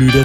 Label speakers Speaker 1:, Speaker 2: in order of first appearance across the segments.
Speaker 1: lytter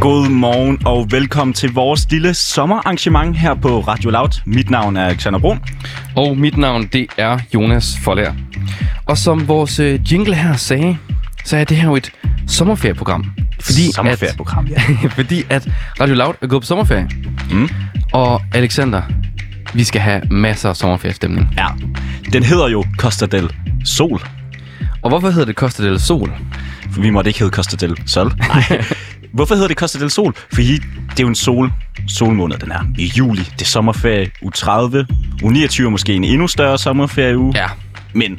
Speaker 2: God morgen og velkommen til vores lille sommerarrangement her på Radio Loud. Mit navn er Alexander Brun.
Speaker 3: Og mit navn, det er Jonas Folær. Og som vores øh, jingle her sagde, så er det her jo et sommerferieprogram. Fordi
Speaker 2: Sommerferieprogram.
Speaker 3: At, fordi at Radio Loud er gået på sommerferie.
Speaker 2: Mm.
Speaker 3: Og Alexander, vi skal have masser af sommerferiestemning.
Speaker 2: Ja. Den hedder jo Costa del Sol.
Speaker 3: Og hvorfor hedder det Costa del Sol?
Speaker 2: For vi måtte ikke hedde Costa del Sol. Nej. Hvorfor hedder det Costa del Sol? Fordi det er jo en sol. Solmåned, den er i juli. Det er sommerferie u 30. U 29 er måske en endnu større sommerferieuge.
Speaker 3: Ja,
Speaker 2: Men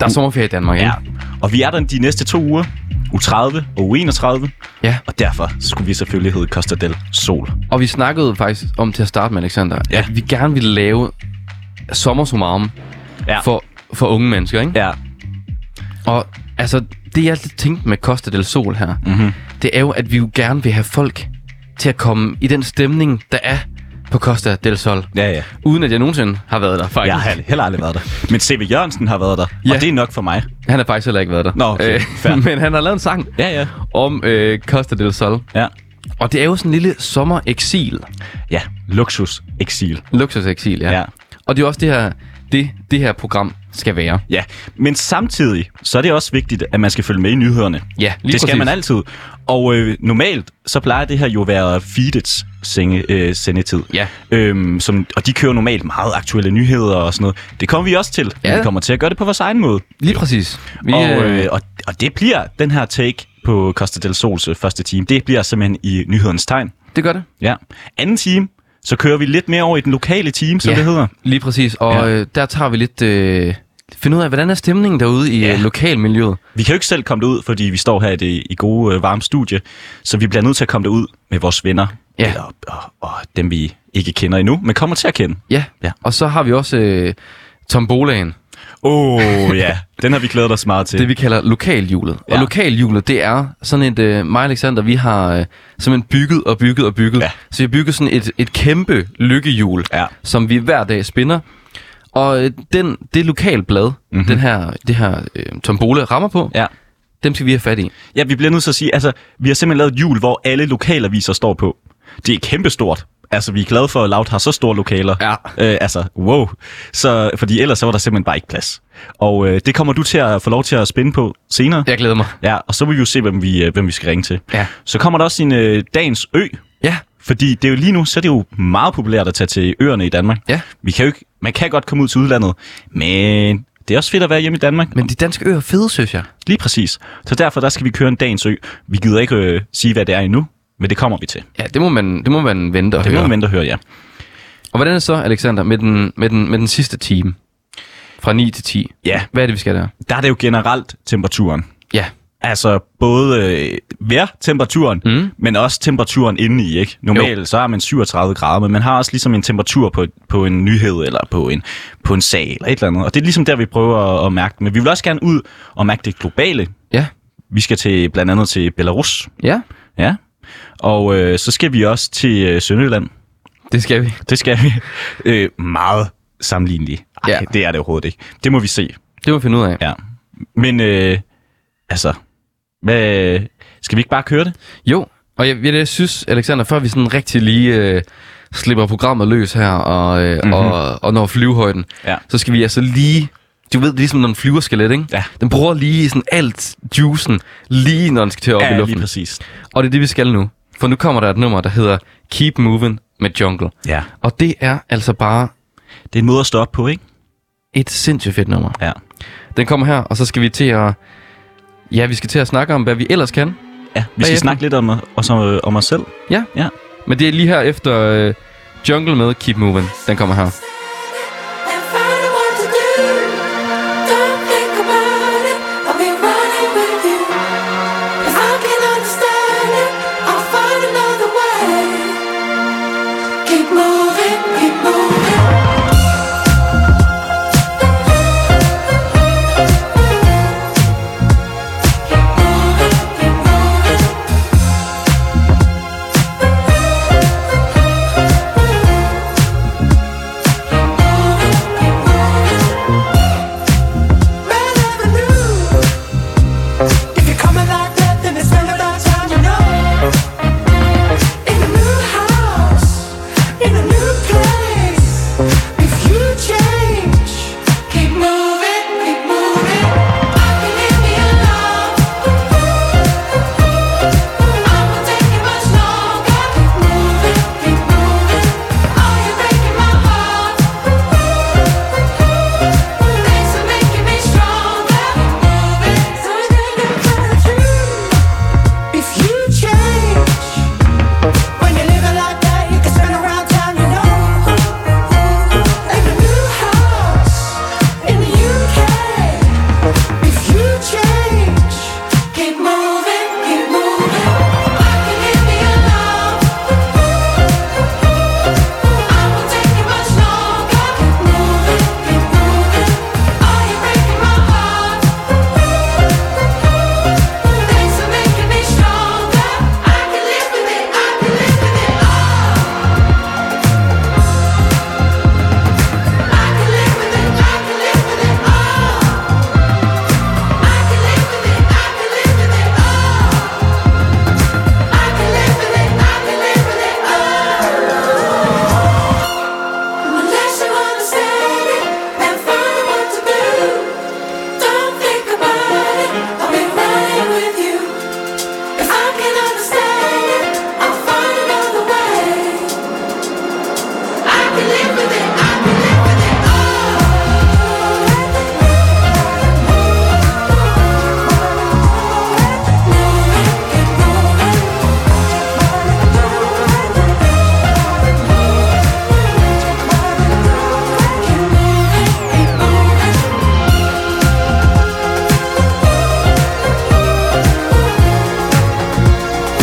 Speaker 3: der er sommerferie i Danmark, ikke?
Speaker 2: ja. Og vi er der de næste to uger. U 30 og u 31.
Speaker 3: ja.
Speaker 2: Og derfor skulle vi selvfølgelig hedde Costa del Sol.
Speaker 3: Og vi snakkede faktisk om til at starte med, Alexander,
Speaker 2: Ja.
Speaker 3: at vi gerne ville lave sommersumarum
Speaker 2: Ja.
Speaker 3: for, for unge mennesker, ikke?
Speaker 2: Ja.
Speaker 3: Og altså, det jeg altid tænkte med Costa del Sol her,
Speaker 2: Mhm.
Speaker 3: det er jo, at vi jo gerne vil have folk til at komme i den stemning, der er på Costa del Sol.
Speaker 2: Ja, ja.
Speaker 3: Uden at jeg nogensinde har været der, faktisk.
Speaker 2: Jeg har heller aldrig været der. Men C.V. Jørgensen har været der, ja.
Speaker 3: Ja.
Speaker 2: og det er nok for mig.
Speaker 3: Han har faktisk heller ikke været der. Øh,
Speaker 2: Nå, okay. Fair.
Speaker 3: men han har lavet en sang
Speaker 2: Ja, ja.
Speaker 3: om øh, Costa del Sol.
Speaker 2: Ja,
Speaker 3: Og det er jo sådan en lille sommereksil.
Speaker 2: ja. luksus, eksil.
Speaker 3: Luksuseksil, ja.
Speaker 2: Ja.
Speaker 3: ja. Og det er jo også det her, det, det her program skal være.
Speaker 2: Ja, men samtidig, så er det også vigtigt, at man skal følge med i nyhederne.
Speaker 3: Ja, lige
Speaker 2: det skal
Speaker 3: præcis.
Speaker 2: man altid. Og øh, normalt, så plejer det her jo at være feedets senge, øh, sendetid.
Speaker 3: Ja.
Speaker 2: Øhm, som, og de kører normalt meget aktuelle nyheder og sådan noget. Det kommer vi også til.
Speaker 3: Ja.
Speaker 2: Vi kommer til at gøre det på vores egen måde.
Speaker 3: Lige præcis. Vi,
Speaker 2: Og, øh, og, og det bliver den her take på Costa del Sols øh, første time. Det bliver simpelthen i nyhedens tegn.
Speaker 3: det gør det.
Speaker 2: Ja. Anden time, så kører vi lidt mere over i den lokale time, som
Speaker 3: Ja.
Speaker 2: ja. det hedder.
Speaker 3: Lige præcis, og
Speaker 2: Ja.
Speaker 3: ja. øh, der tager vi lidt... Øh, finde ud af, hvordan er stemningen derude i
Speaker 2: Ja.
Speaker 3: ja. lokalmiljøet.
Speaker 2: Vi kan jo ikke selv komme derud, fordi vi står her i det i gode, øh, varme studie, så vi bliver nødt til at komme derud med vores venner,
Speaker 3: Ja.
Speaker 2: eller, og, og dem vi ikke kender endnu, men kommer til at kende.
Speaker 3: Ja.
Speaker 2: Ja.
Speaker 3: ja, og så har vi også øh, tombolaen,
Speaker 2: Åh oh, ja, den har vi glædet os meget til.
Speaker 3: det vi kalder lokalhjulet. Ja.
Speaker 2: Ja.
Speaker 3: Og lokalhjulet, det er sådan et, øh, mig og Alexander, vi har øh, simpelthen bygget og bygget og bygget.
Speaker 2: Ja.
Speaker 3: Ja. Så vi har bygget sådan et, et kæmpe lykkehjul,
Speaker 2: Ja.
Speaker 3: som vi hver dag spinder. Og øh, den, det lokalblad, mm-hmm. den her, det her øh, tombola rammer på, ja.
Speaker 2: Mhm. Ja.
Speaker 3: dem skal vi have fat i.
Speaker 2: ja, vi bliver nødt til at sige, altså, vi har simpelthen lavet et hjul, hvor alle lokalaviser står på. Det er kæmpestort. Altså, vi er glade for, at Loud har så store lokaler.
Speaker 3: Ja.
Speaker 2: Øh, altså, wow. Så, fordi ellers så var der simpelthen bare ikke plads. Og øh, det kommer du til at få lov til at spænde på senere.
Speaker 3: Jeg glæder mig.
Speaker 2: Ja, og så vil vi jo se, hvem vi, øh, hvem vi skal ringe til.
Speaker 3: Ja.
Speaker 2: Så kommer der også en øh, dagens ø,
Speaker 3: Ja,
Speaker 2: fordi det er jo lige nu, så er det jo meget populært at tage til øerne i Danmark.
Speaker 3: Ja.
Speaker 2: Vi kan jo ikke, man kan godt komme ud til udlandet, men det er også fedt at være hjemme i Danmark.
Speaker 3: men de danske øer er fede, synes jeg.
Speaker 2: Lige præcis. Så derfor der skal vi køre en dagens ø. Vi gider ikke øh, sige, hvad det er endnu, men det kommer vi til.
Speaker 3: Ja, det må man, det må man vente og
Speaker 2: Det må
Speaker 3: høre.
Speaker 2: man vente og høre, ja.
Speaker 3: Og hvordan er det så, Alexander, med den, med den, med den sidste time? Fra 9 til 10.
Speaker 2: Ja,
Speaker 3: Hvad er det, vi skal der?
Speaker 2: der er det jo generelt temperaturen.
Speaker 3: Ja,
Speaker 2: Altså både øh, vejrtemperaturen, mm. men også temperaturen indeni, ikke? Normalt så har man 37 grader, men man har også ligesom en temperatur på, på en nyhed eller på en, på en sag eller et eller andet. Og det er ligesom der, vi prøver at, at mærke det. Men vi vil også gerne ud og mærke det globale.
Speaker 3: ja,
Speaker 2: Vi skal til blandt andet til Belarus,
Speaker 3: ja.
Speaker 2: ja. Og øh, så skal vi også til øh, Sønderjylland.
Speaker 3: Det skal vi.
Speaker 2: Det skal vi. Øh, meget sammenlignelige. Ej,
Speaker 3: Ja.
Speaker 2: det er det overhovedet ikke. Det må vi se.
Speaker 3: Det må vi finde ud af. Ja.
Speaker 2: Ja. Men øh, altså, hvad, skal vi ikke bare køre det?
Speaker 3: Jo, og jeg, jeg, jeg synes, Alexander, før vi sådan rigtig lige øh, slipper programmet løs her og, øh, mm-hmm. og, og når flyvehøjden,
Speaker 2: Mhm. Ja.
Speaker 3: så skal vi altså lige... Du ved, det er ligesom når en flyver skal let, ikke?
Speaker 2: Ja.
Speaker 3: Den bruger lige sådan alt juicen, lige når den skal til at op i
Speaker 2: lige
Speaker 3: luften.
Speaker 2: præcis.
Speaker 3: Og det er det, vi skal nu. For nu kommer der et nummer, der hedder Keep Moving med Jungle.
Speaker 2: Ja.
Speaker 3: Og det er altså bare
Speaker 2: Det er en måde at stå op på, ikke?
Speaker 3: et sindssygt fedt nummer.
Speaker 2: Ja.
Speaker 3: Den kommer her, og så skal vi til at... Ja, vi skal til at snakke om, hvad vi ellers kan.
Speaker 2: ja vi skal
Speaker 3: Bagefter.
Speaker 2: snakke lidt om, også om, om os selv.
Speaker 3: Ja.
Speaker 2: Ja.
Speaker 3: Men det er lige her efter øh, Jungle med Keep Moving. Den kommer her.
Speaker 4: and find what to do. Don't
Speaker 5: oh. Oh.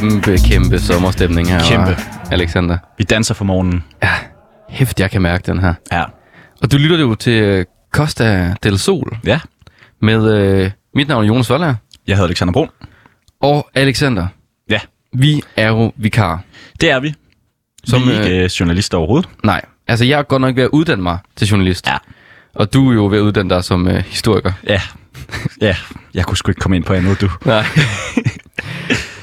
Speaker 3: Kæmpe, kæmpe sommerstemning her,
Speaker 2: Kæmpe.
Speaker 3: hva', Alexander.
Speaker 2: Vi danser for morgenen.
Speaker 3: Ja, hæft, jeg kan mærke den her.
Speaker 2: Ja.
Speaker 3: Og du lytter jo til øh, Costa del Sol
Speaker 2: Ja.
Speaker 3: med øh, mit navn er Jonas Voller
Speaker 2: Jeg hedder Alexander Brun.
Speaker 3: og Alexander.
Speaker 2: Ja.
Speaker 3: Vi er jo vikar.
Speaker 2: Det er vi. Som
Speaker 3: Som,
Speaker 2: vi er ikke øh, journalister overhovedet.
Speaker 3: Nej, altså jeg er godt nok ved at uddanne mig til journalist.
Speaker 2: Ja.
Speaker 3: Og du er jo ved at uddanne dig som øh, historiker.
Speaker 2: Ja. ja. Jeg kunne sgu ikke komme ind på andet, du.
Speaker 3: Nej.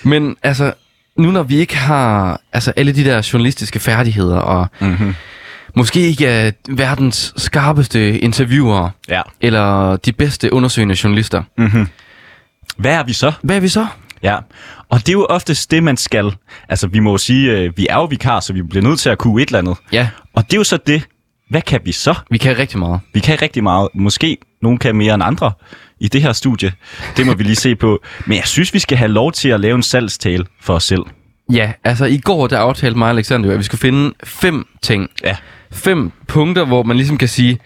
Speaker 3: Men altså, nu når vi ikke har altså, alle de der journalistiske færdigheder, og
Speaker 2: Mhm.
Speaker 3: måske ikke er verdens skarpeste interviewer,
Speaker 2: Ja.
Speaker 3: eller de bedste undersøgende journalister,
Speaker 2: Hvad er vi så?
Speaker 3: hvad er vi så?
Speaker 2: Ja, og det er jo oftest det, man skal. Altså, vi må jo sige, øh, vi er jo vikar, så vi bliver nødt til at kunne et eller andet.
Speaker 3: Ja,
Speaker 2: Og det er jo så det. Hvad kan vi så?
Speaker 3: vi kan rigtig meget.
Speaker 2: Vi kan rigtig meget. Måske nogen kan mere end andre i det her studie. Det må vi lige se på. Men jeg synes, vi skal have lov til at lave en salgstale for os selv.
Speaker 3: Ja, altså i går, der aftalte mig og Alexander, jo, at vi skulle finde fem ting.
Speaker 2: Ja.
Speaker 3: Fem punkter, hvor man ligesom kan sige,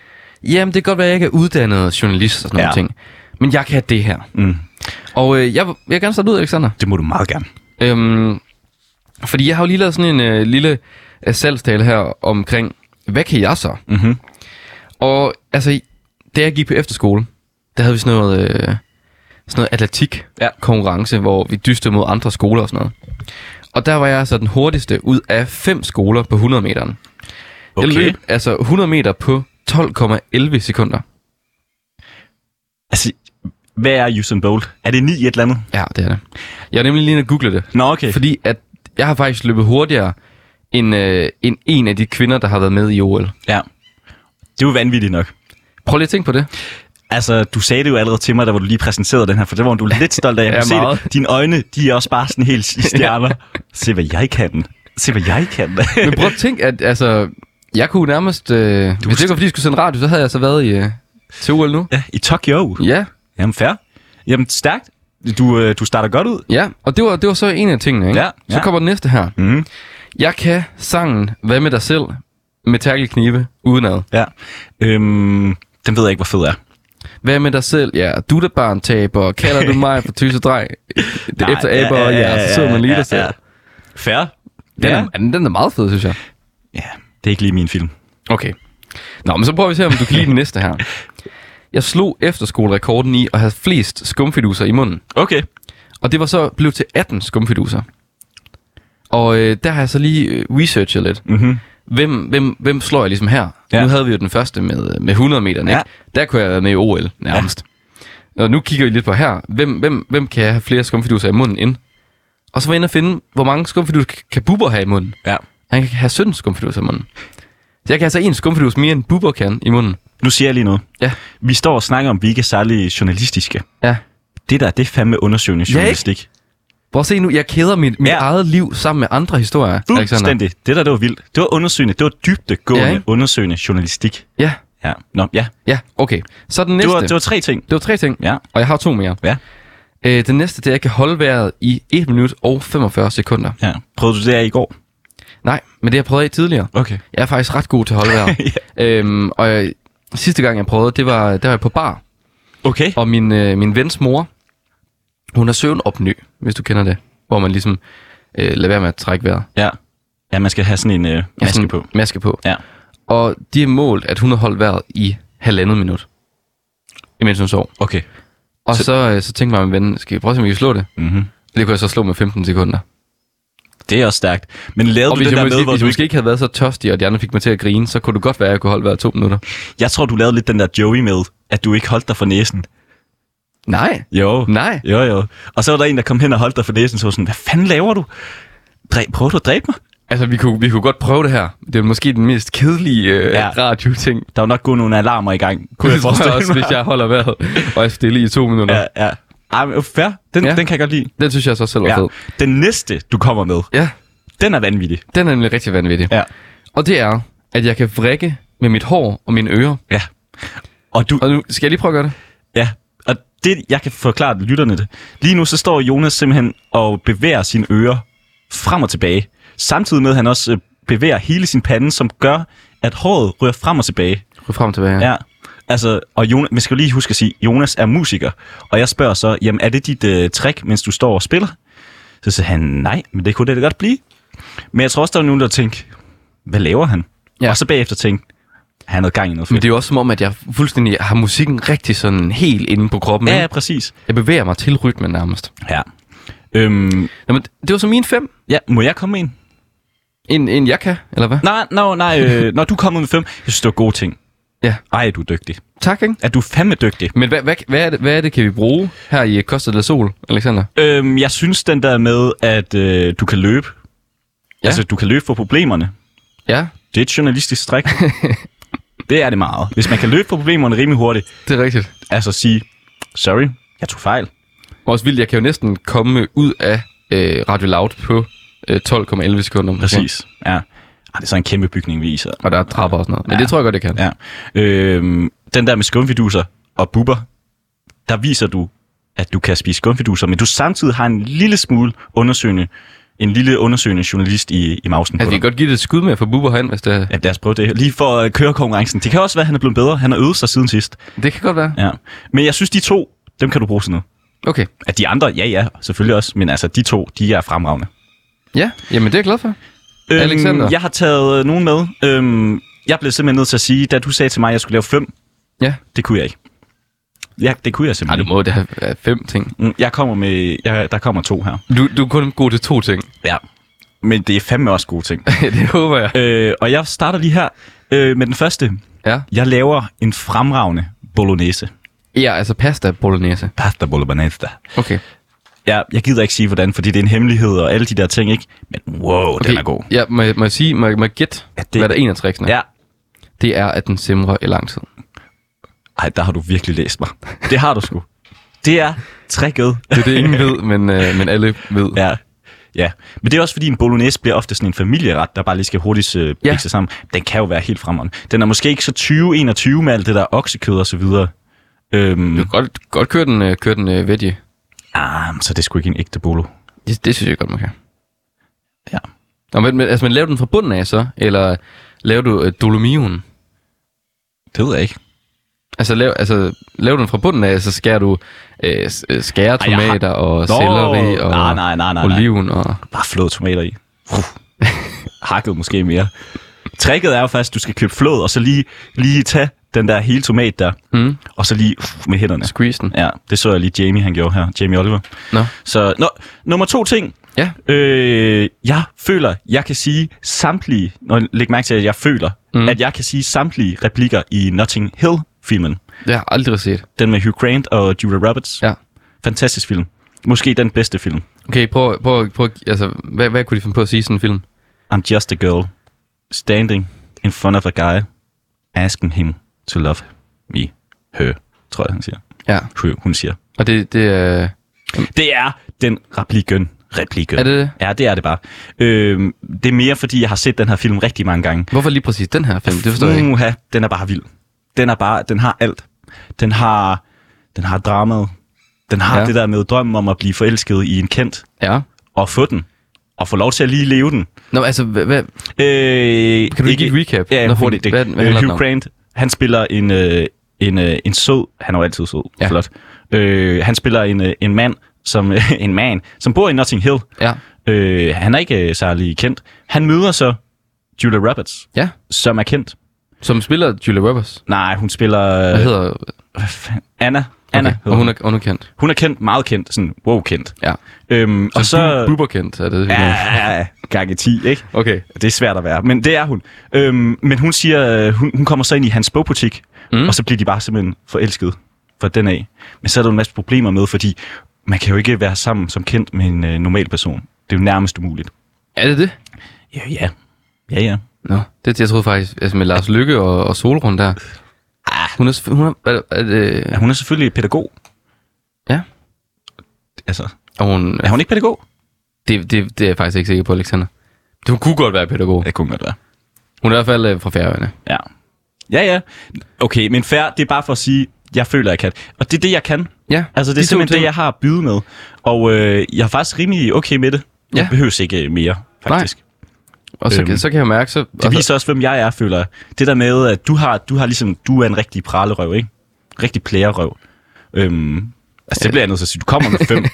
Speaker 3: jamen det kan godt være, at jeg ikke er uddannet journalist og sådan ja.
Speaker 2: Ja.
Speaker 3: nogle ting, men jeg kan det her.
Speaker 2: Mm.
Speaker 3: Og øh, jeg, vil- jeg vil gerne starte ud, Alexander.
Speaker 2: Det må du meget gerne.
Speaker 3: Øhm, fordi jeg har jo lige lavet sådan en øh, lille øh, salgstale her omkring, hvad kan jeg så?
Speaker 2: Mhm.
Speaker 3: Og altså, da jeg gik på efterskole, der havde vi sådan noget, øh, sådan noget atletik
Speaker 2: Ja.
Speaker 3: konkurrence, hvor vi dystede mod andre skoler og sådan noget. Og der var jeg altså den hurtigste ud af fem skoler på 100 meteren. Jeg løb altså 100 meter på 12,11 sekunder.
Speaker 2: Altså, hvad er Usain Bolt? Er det 9 et eller andet?
Speaker 3: Ja, det er det. Jeg er nemlig lige inde og google det.
Speaker 2: Nå, okay.
Speaker 3: Fordi at jeg har faktisk løbet hurtigere end, øh, end en af de kvinder, der har været med i OL.
Speaker 2: Ja. Det er jo vanvittigt nok.
Speaker 3: Prøv lige at tænke på det.
Speaker 2: Altså, du sagde det jo allerede til mig, da hvor du lige præsenterede den her, for det var du lidt stolt af. Jeg
Speaker 3: Ja,
Speaker 2: kan se det.
Speaker 3: meget.
Speaker 2: Dine øjne, de er også bare sådan helt i stjerner. Se, hvad jeg kan. Se, hvad jeg kan.
Speaker 3: Men prøv at tænke, at altså, jeg kunne nærmest... Øh, hvis det ikke var, fordi jeg skulle sende radio, så havde jeg så været i, øh, til OL nu.
Speaker 2: ja, I Tokyo.
Speaker 3: Ja,
Speaker 2: Jamen, fair. Jamen, stærkt. Du, øh, du starter godt ud.
Speaker 3: ja. Og det var, det var så en af tingene, ikke?
Speaker 2: Ja,
Speaker 3: Så
Speaker 2: ja.
Speaker 3: kommer den næste her.
Speaker 2: Mhm.
Speaker 3: Jeg kan sangen Hvad med dig selv med tærkelknive udenad.
Speaker 2: Ja. Øhm, den ved jeg ikke, hvor fed er.
Speaker 3: Hvad med dig selv? Ja, du der barn taber. Kalder du mig for tyse drej? Det
Speaker 2: Nej,
Speaker 3: efter aber, ja, ja, ja, ja, så sidder man lige der selv.
Speaker 2: Fair.
Speaker 3: Den,
Speaker 2: Ja.
Speaker 3: er, den- den er meget fed, synes jeg.
Speaker 2: ja. Det er ikke lige min film.
Speaker 3: Okay. Nå, men så prøver vi at se, om du kan lide den næste her. Jeg slog efterskolerekorden i at have flest skumfiduser i munden.
Speaker 2: Okay.
Speaker 3: Og det var så blevet til 18 skumfiduser. Og øh, der har jeg så lige øh, researchet lidt.
Speaker 2: Mhm.
Speaker 3: Hvem, hvem, hvem slår jeg ligesom her?
Speaker 2: Ja.
Speaker 3: Mm-hmm. Ja. Nu havde vi jo den første med, øh, med 100 meter, ikke?
Speaker 2: Ja.
Speaker 3: Ja. Der kunne jeg have været med i OL nærmest. Ja. Og nu kigger vi lidt på her. Hvem, hvem, hvem kan jeg have flere skumfiduser i munden ind? Og så var jeg inde og finde, hvor mange skumfiduser kan Bubber have i munden.
Speaker 2: Ja.
Speaker 3: Han kan have 17 skumfiduser i munden. Så jeg kan altså en skumfidus mere end Bubber kan i munden.
Speaker 2: Nu siger jeg lige noget.
Speaker 3: Ja.
Speaker 2: Vi står og snakker om, vi ikke er særlig journalistiske.
Speaker 3: Ja.
Speaker 2: Det der, det er fandme undersøgende
Speaker 3: ikke?
Speaker 2: journalistik.
Speaker 3: Prøv at se nu, jeg kæder mit, mit
Speaker 2: Ja.
Speaker 3: ja. eget liv sammen med andre historier, Alexander.
Speaker 2: Fuldstændig. Det der, det var vildt. Det var undersøgende. Det var dybdegående,
Speaker 3: Ja,
Speaker 2: ja,
Speaker 3: ikke?
Speaker 2: undersøgende journalistik.
Speaker 3: Ja,
Speaker 2: Ja. Nå, ja.
Speaker 3: ja, okay. Så den
Speaker 2: Det
Speaker 3: næste.
Speaker 2: var, det var tre ting.
Speaker 3: Det var tre ting,
Speaker 2: Ja.
Speaker 3: og jeg har to mere.
Speaker 2: Ja.
Speaker 3: Øh, den næste, det er, at jeg kan holde vejret i 1 minut og 45 sekunder.
Speaker 2: ja. Prøvede du det her i går?
Speaker 3: Nej, men det har jeg prøvet af tidligere.
Speaker 2: Okay.
Speaker 3: Jeg er faktisk ret god til at holde vejret. øhm, og jeg, sidste gang, jeg prøvede, det var, der var jeg på bar.
Speaker 2: Okay.
Speaker 3: Og min, øh, min vens mor, hun er søvnopny, hvis du kender det. Hvor man ligesom øh, lader være med at trække vejret.
Speaker 2: Ja. Ja, man skal have sådan en øh, maske
Speaker 3: Sådan-
Speaker 2: på.
Speaker 3: Maske på.
Speaker 2: Ja.
Speaker 3: Og de har målt, at hun har holdt vejret i halvandet minut. Imens hun sov.
Speaker 2: Okay.
Speaker 3: Og så, så, øh, så tænkte jeg med min ven, skal vi prøve at se, om vi kan slå det?
Speaker 2: Mm-hmm.
Speaker 3: Det kunne jeg så slå med 15 sekunder.
Speaker 2: Det er også stærkt. Men lavede
Speaker 3: Og
Speaker 2: du
Speaker 3: hvis
Speaker 2: det
Speaker 3: jeg,
Speaker 2: der
Speaker 3: måske,
Speaker 2: med, hvor
Speaker 3: hvis
Speaker 2: du...
Speaker 3: jeg måske ikke havde været så tørstig, og de andre fik mig til at grine, så kunne det godt være, at jeg kunne holde vejret to minutter.
Speaker 2: Jeg tror, du lavede lidt den der Joey med, at du ikke holdt dig for næsen.
Speaker 3: Nej.
Speaker 2: Jo.
Speaker 3: Nej.
Speaker 2: Jo, jo. Og så var der en, der kom hen og holdt dig for næsen, så var sådan, hvad fanden laver du? Dræ- prøver du at dræbe mig?
Speaker 3: Altså, vi kunne, vi kunne godt prøve det her. Det er måske den mest kedelige øh,
Speaker 2: Ja.
Speaker 3: ja. radio-ting.
Speaker 2: Der var nok gået nogle alarmer i gang, kunne jeg
Speaker 3: Det tror
Speaker 2: forestille
Speaker 3: også,
Speaker 2: mig.
Speaker 3: hvis jeg holder vejret og er stille i to minutter. Ja.
Speaker 2: Ja, ja. Ej, men øh, fair. Den, ja.
Speaker 3: Ja.
Speaker 2: den kan jeg godt lide.
Speaker 3: Den synes jeg så selv var ja.
Speaker 2: Ja.
Speaker 3: fed.
Speaker 2: Den næste, du kommer med,
Speaker 3: Ja,
Speaker 2: den er vanvittig.
Speaker 3: den er nemlig rigtig vanvittig.
Speaker 2: Ja.
Speaker 3: Og det er, at jeg kan vrikke med mit hår og mine ører.
Speaker 2: Ja. Og du,
Speaker 3: Og nu skal jeg lige prøve at gøre det.
Speaker 2: ja. Og det, jeg kan forklare det, lytterne det. Lige nu, så står Jonas simpelthen og bevæger sine ører frem og tilbage. Samtidig med, at han også øh, bevæger hele sin pande, som gør, at håret rører frem og tilbage.
Speaker 3: Ryk frem og tilbage.
Speaker 2: Ja. Altså, og Jonas, vi skal jo lige huske at sige, Jonas er musiker. Og jeg spørger så, jamen er det dit øh, trick, mens du står og spiller? Så sagde han, nej, men det kunne det da godt blive. Men jeg tror også, der var nogen, der tænkte, hvad laver han?
Speaker 3: Ja.
Speaker 2: Ja. Og så bagefter tænkte, han havde gang i noget
Speaker 3: Men
Speaker 2: fedt.
Speaker 3: det er jo også som om, at jeg fuldstændig har musikken rigtig sådan helt inde på kroppen.
Speaker 2: Ja,
Speaker 3: Ja.
Speaker 2: ja, præcis.
Speaker 3: Jeg bevæger mig til rytmen nærmest.
Speaker 2: Ja. Øhm,
Speaker 3: Nå, men det var så mine fem.
Speaker 2: ja, må jeg komme med en?
Speaker 3: En, en jeg kan, eller hvad?
Speaker 2: Nej, nej, nej. Øh, når du kommer med fem, jeg synes, det var gode ting.
Speaker 3: Ja.
Speaker 2: Ej, du er dygtig.
Speaker 3: Tak, ikke?
Speaker 2: Er du fandme dygtig?
Speaker 3: Men hvad, hvad, hvad, er det, hvad er det, kan vi bruge her i Costa del Sol, Alexander?
Speaker 2: Øhm, jeg synes, den der med, at øh, du kan løbe.
Speaker 3: Ja.
Speaker 2: Ja. Altså, du kan løbe for problemerne.
Speaker 3: Ja,
Speaker 2: Det er et journalistisk træk. det er det meget. Hvis man kan løbe for problemerne rimelig hurtigt,
Speaker 3: det er rigtigt.
Speaker 2: altså sige, sorry, jeg tog fejl.
Speaker 3: Også vildt, jeg kan jo næsten komme ud af øh, Radio Loud på øh, 12,11 sekunder. måske.
Speaker 2: Præcis. Ja. ja. Ej, det er så en kæmpe bygning, vi viser.
Speaker 3: Og der er trapper og sådan noget. Men ja.
Speaker 2: Ja.
Speaker 3: det tror jeg godt, jeg kan.
Speaker 2: Ja. Øhm, den der med skumfiduser og buber, der viser du, at du kan spise skumfiduser, men du samtidig har en lille smule undersøgende, en lille undersøgende journalist i, i mausen på
Speaker 3: Altså, vi
Speaker 2: dig.
Speaker 3: kan godt give det et skud med at få Bubber hen, hvis det er...
Speaker 2: Ja, lad os prøve det. Lige for at køre konkurrencen. Det kan også være, at han er blevet bedre. Han har øvet sig siden sidst.
Speaker 3: Det kan godt være.
Speaker 2: Ja. Men jeg synes, de to, dem kan du bruge til noget.
Speaker 3: Okay.
Speaker 2: At de andre, ja ja, selvfølgelig også. Men altså, de to, de er fremragende. Øhm,
Speaker 3: Ja, jamen det er jeg glad for. Alexander?
Speaker 2: Jeg har taget øh, nogen med. Øhm, jeg blev simpelthen nødt til at sige, da du sagde til mig, at jeg skulle lave fem,
Speaker 3: Ja.
Speaker 2: det kunne jeg ikke. Ja, det kunne jeg
Speaker 3: Ej, du
Speaker 2: simpelthen
Speaker 3: må det have have fem ting.
Speaker 2: ikke. Mm, Jeg kommer med, jeg, der kommer to her.
Speaker 3: Du, du er kun god til to ting.
Speaker 2: Ja. Men det er fandme også gode ting.
Speaker 3: det håber jeg.
Speaker 2: øh, og jeg starter lige her øh, med den første.
Speaker 3: Ja.
Speaker 2: Jeg laver en fremragende bolognese.
Speaker 3: Ja, altså pasta bolognese.
Speaker 2: Pasta bolognese.
Speaker 3: Okay.
Speaker 2: Ja, jeg gider ikke sige hvordan, fordi det er en hemmelighed og alle de der ting, ikke? Men wow, okay. den er god.
Speaker 3: Ja, må, jeg- må jeg sige, må, jeg- må jeg gætte,
Speaker 2: Ja,
Speaker 3: det...
Speaker 2: det-
Speaker 3: hvad der er en af tricksene?
Speaker 2: Ja.
Speaker 3: Det er, at den simrer i lang tid.
Speaker 2: Ej, der har du virkelig læst mig. Det har du sgu. Det er tricket.
Speaker 3: Det er det, ingen ved, men, øh, men alle ved. Ja.
Speaker 2: Ja. Ja, men det er også fordi en bolognese bliver ofte sådan en familieret, der bare lige skal hurtigt øh,
Speaker 3: Ja.
Speaker 2: ja. sammen. Den kan jo være helt fremragende. Den er måske ikke så 2021 med alt det der oksekød og så videre.
Speaker 3: Du
Speaker 2: Øhm,
Speaker 3: kan godt, godt køre den, øh, køre den øh, veggie.
Speaker 2: ah, men så er det sgu ikke en ægte bolo.
Speaker 3: Det, det synes jeg godt, man kan.
Speaker 2: Ja.
Speaker 3: Nå, men, men, altså, men laver du den fra bunden af så? Eller laver du øh, dolomioen?
Speaker 2: Det ved jeg ikke.
Speaker 3: Altså, lav, altså, laver du den fra bunden af, så skærer du øh, s- øh, skærer
Speaker 2: jeg har-
Speaker 3: tomater og
Speaker 2: Nå,
Speaker 3: selleri og
Speaker 2: nej, nej, nej, nej, nej.
Speaker 3: oliven. Og,
Speaker 2: Bare flåede tomater i. Puh. Hakket måske mere. Tricket er jo faktisk, at du skal købe flåd, og så lige, lige tage den der hele tomat der,
Speaker 3: mm,
Speaker 2: og så lige uh, med hænderne.
Speaker 3: squeeze den.
Speaker 2: Ja, det så jeg lige Jamie, han gjorde her. Jamie Oliver.
Speaker 3: Nå.
Speaker 2: Så nå, nummer to ting.
Speaker 3: Ja.
Speaker 2: Øh, jeg føler, jeg kan sige samtlige, når læg mærke til, at jeg føler,
Speaker 3: Mm.
Speaker 2: mm. at jeg kan sige samtlige replikker i Notting Hill-filmen.
Speaker 3: Det har jeg aldrig set.
Speaker 2: Den med Hugh Grant og Julia Roberts.
Speaker 3: Ja.
Speaker 2: Fantastisk film. Måske den bedste film.
Speaker 3: Okay, prøv, prøv, prøv altså, hvad, hvad kunne de finde på at sige i sådan en film?
Speaker 2: I'm just a girl standing in front of a guy asking him to love me. Her, tror jeg, han siger.
Speaker 3: Ja,
Speaker 2: Hun- Hun siger.
Speaker 3: og det, det øh,
Speaker 2: Det er den replikken. Replikken.
Speaker 3: Er det det?
Speaker 2: Ja, det er det bare. Øhm, det er mere, fordi jeg har set den her film rigtig mange gange.
Speaker 3: Hvorfor lige præcis den her film? Det forstår jeg ikke.
Speaker 2: Uha, den er bare vild. Den er bare, den har alt. Den har, den har dramaet. Den har
Speaker 3: Ja.
Speaker 2: ja. det der med drømmen om at blive forelsket i en kendt.
Speaker 3: Ja.
Speaker 2: Og få den. Og få lov til at lige leve den.
Speaker 3: Nå, altså, hvad, hvad,
Speaker 2: Øh,
Speaker 3: Kan du ikke give et recap?
Speaker 2: Ja,
Speaker 3: Nå,
Speaker 2: Nå, hurtigt.
Speaker 3: hvad-
Speaker 2: Hvad,
Speaker 3: hvad
Speaker 2: hvad
Speaker 3: handler
Speaker 2: øh,
Speaker 3: den
Speaker 2: Hugh
Speaker 3: om?
Speaker 2: Grant, han spiller en, øh, en, øh, en sød, han er jo altid sød,
Speaker 3: Ja.
Speaker 2: ja. flot. Øh, han spiller en, øh, en mand, som, en man, som bor i Notting Hill.
Speaker 3: ja,
Speaker 2: Øh, han er ikke øh, særlig kendt. Han møder så Julia Roberts,
Speaker 3: ja,
Speaker 2: som er kendt.
Speaker 3: som spiller Julia Roberts.
Speaker 2: Nej, hun spiller...
Speaker 3: Hvad hedder
Speaker 2: Hvad fanden? Anna. Øh, Anna.
Speaker 3: okay.
Speaker 2: hedder
Speaker 3: Og hun er underkendt.
Speaker 2: hun er kendt, meget kendt, sådan wow kendt.
Speaker 3: Ja.
Speaker 2: Øhm,
Speaker 3: Så
Speaker 2: og så...
Speaker 3: Buberkendt er det.
Speaker 2: Ja, ja, ja, gange 10, ikke?
Speaker 3: Okay.
Speaker 2: Det er svært at være, men det er hun. Øhm, men hun siger, øh, hun, hun kommer så ind i hans bogbutik,
Speaker 3: Mm.
Speaker 2: mm. og så bliver de bare simpelthen forelsket fra den af. Men så er der jo en masse problemer med, fordi man kan jo ikke være sammen som kendt med en øh, normal person. Det er jo nærmest umuligt.
Speaker 3: Er det det?
Speaker 2: Ja, ja. Ja, ja.
Speaker 3: Nå, det jeg troede faktisk, altså med Lars Lykke og, og Solrund der.
Speaker 2: Ah.
Speaker 3: Hun er, sf- hun er, er, er det,
Speaker 2: Ja, hun er selvfølgelig pædagog.
Speaker 3: Ja.
Speaker 2: Altså,
Speaker 3: og hun,
Speaker 2: er hun ikke pædagog?
Speaker 3: det, det, det er jeg faktisk ikke sikker på, Alexander. Hun kunne godt være pædagog.
Speaker 2: Det kunne godt være.
Speaker 3: Hun er i hvert fald øh, fra Færøerne.
Speaker 2: Ja. Ja, ja. Okay, men fair, det er bare for at sige, jeg føler, jeg kan. Og det er det, jeg kan.
Speaker 3: Ja,
Speaker 2: Altså, det
Speaker 3: de
Speaker 2: er
Speaker 3: to
Speaker 2: simpelthen
Speaker 3: ting.
Speaker 2: det, jeg har at byde med. Og øh, jeg er faktisk rimelig okay med det. Jeg
Speaker 3: Ja.
Speaker 2: behøves ikke øh, mere, faktisk. Nej,
Speaker 3: Og så, øhm,
Speaker 2: Øhm,
Speaker 3: så kan jeg mærke, så...
Speaker 2: det viser også, hvem jeg er, føler jeg. Det der med, at du har, du har ligesom, du er en rigtig pralerøv, ikke? Rigtig plærerøv. Øhm, altså, det bliver jeg nødt til at sige. Du kommer med fem.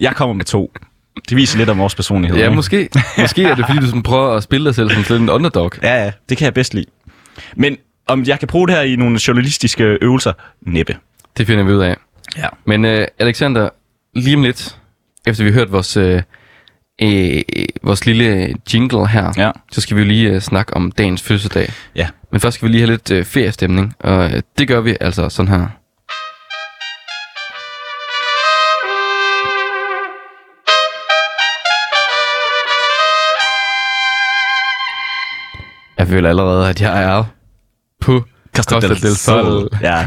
Speaker 2: jeg kommer med to. Det viser lidt om vores personlighed.
Speaker 3: Ja,
Speaker 2: ikke?
Speaker 3: måske. Måske er det, fordi du sådan prøver at spille dig selv som sådan en underdog.
Speaker 2: Ja, ja, det kan jeg bedst lide. Men om jeg kan bruge det her i nogle journalistiske øvelser? Næppe.
Speaker 3: Det finder vi ud af.
Speaker 2: Ja.
Speaker 3: Men øh, Alexander, lige om lidt, efter vi har hørt vores, øh, øh, vores lille jingle her,
Speaker 2: Ja.
Speaker 3: så skal vi jo lige øh, snakke om dagens fødselsdag.
Speaker 2: Ja.
Speaker 3: Men først skal vi lige have lidt øh, feriestemning, og øh, det gør vi altså sådan her. Jeg føler allerede, at jeg er på
Speaker 2: Costa
Speaker 3: Costa del Sol.
Speaker 2: Ja.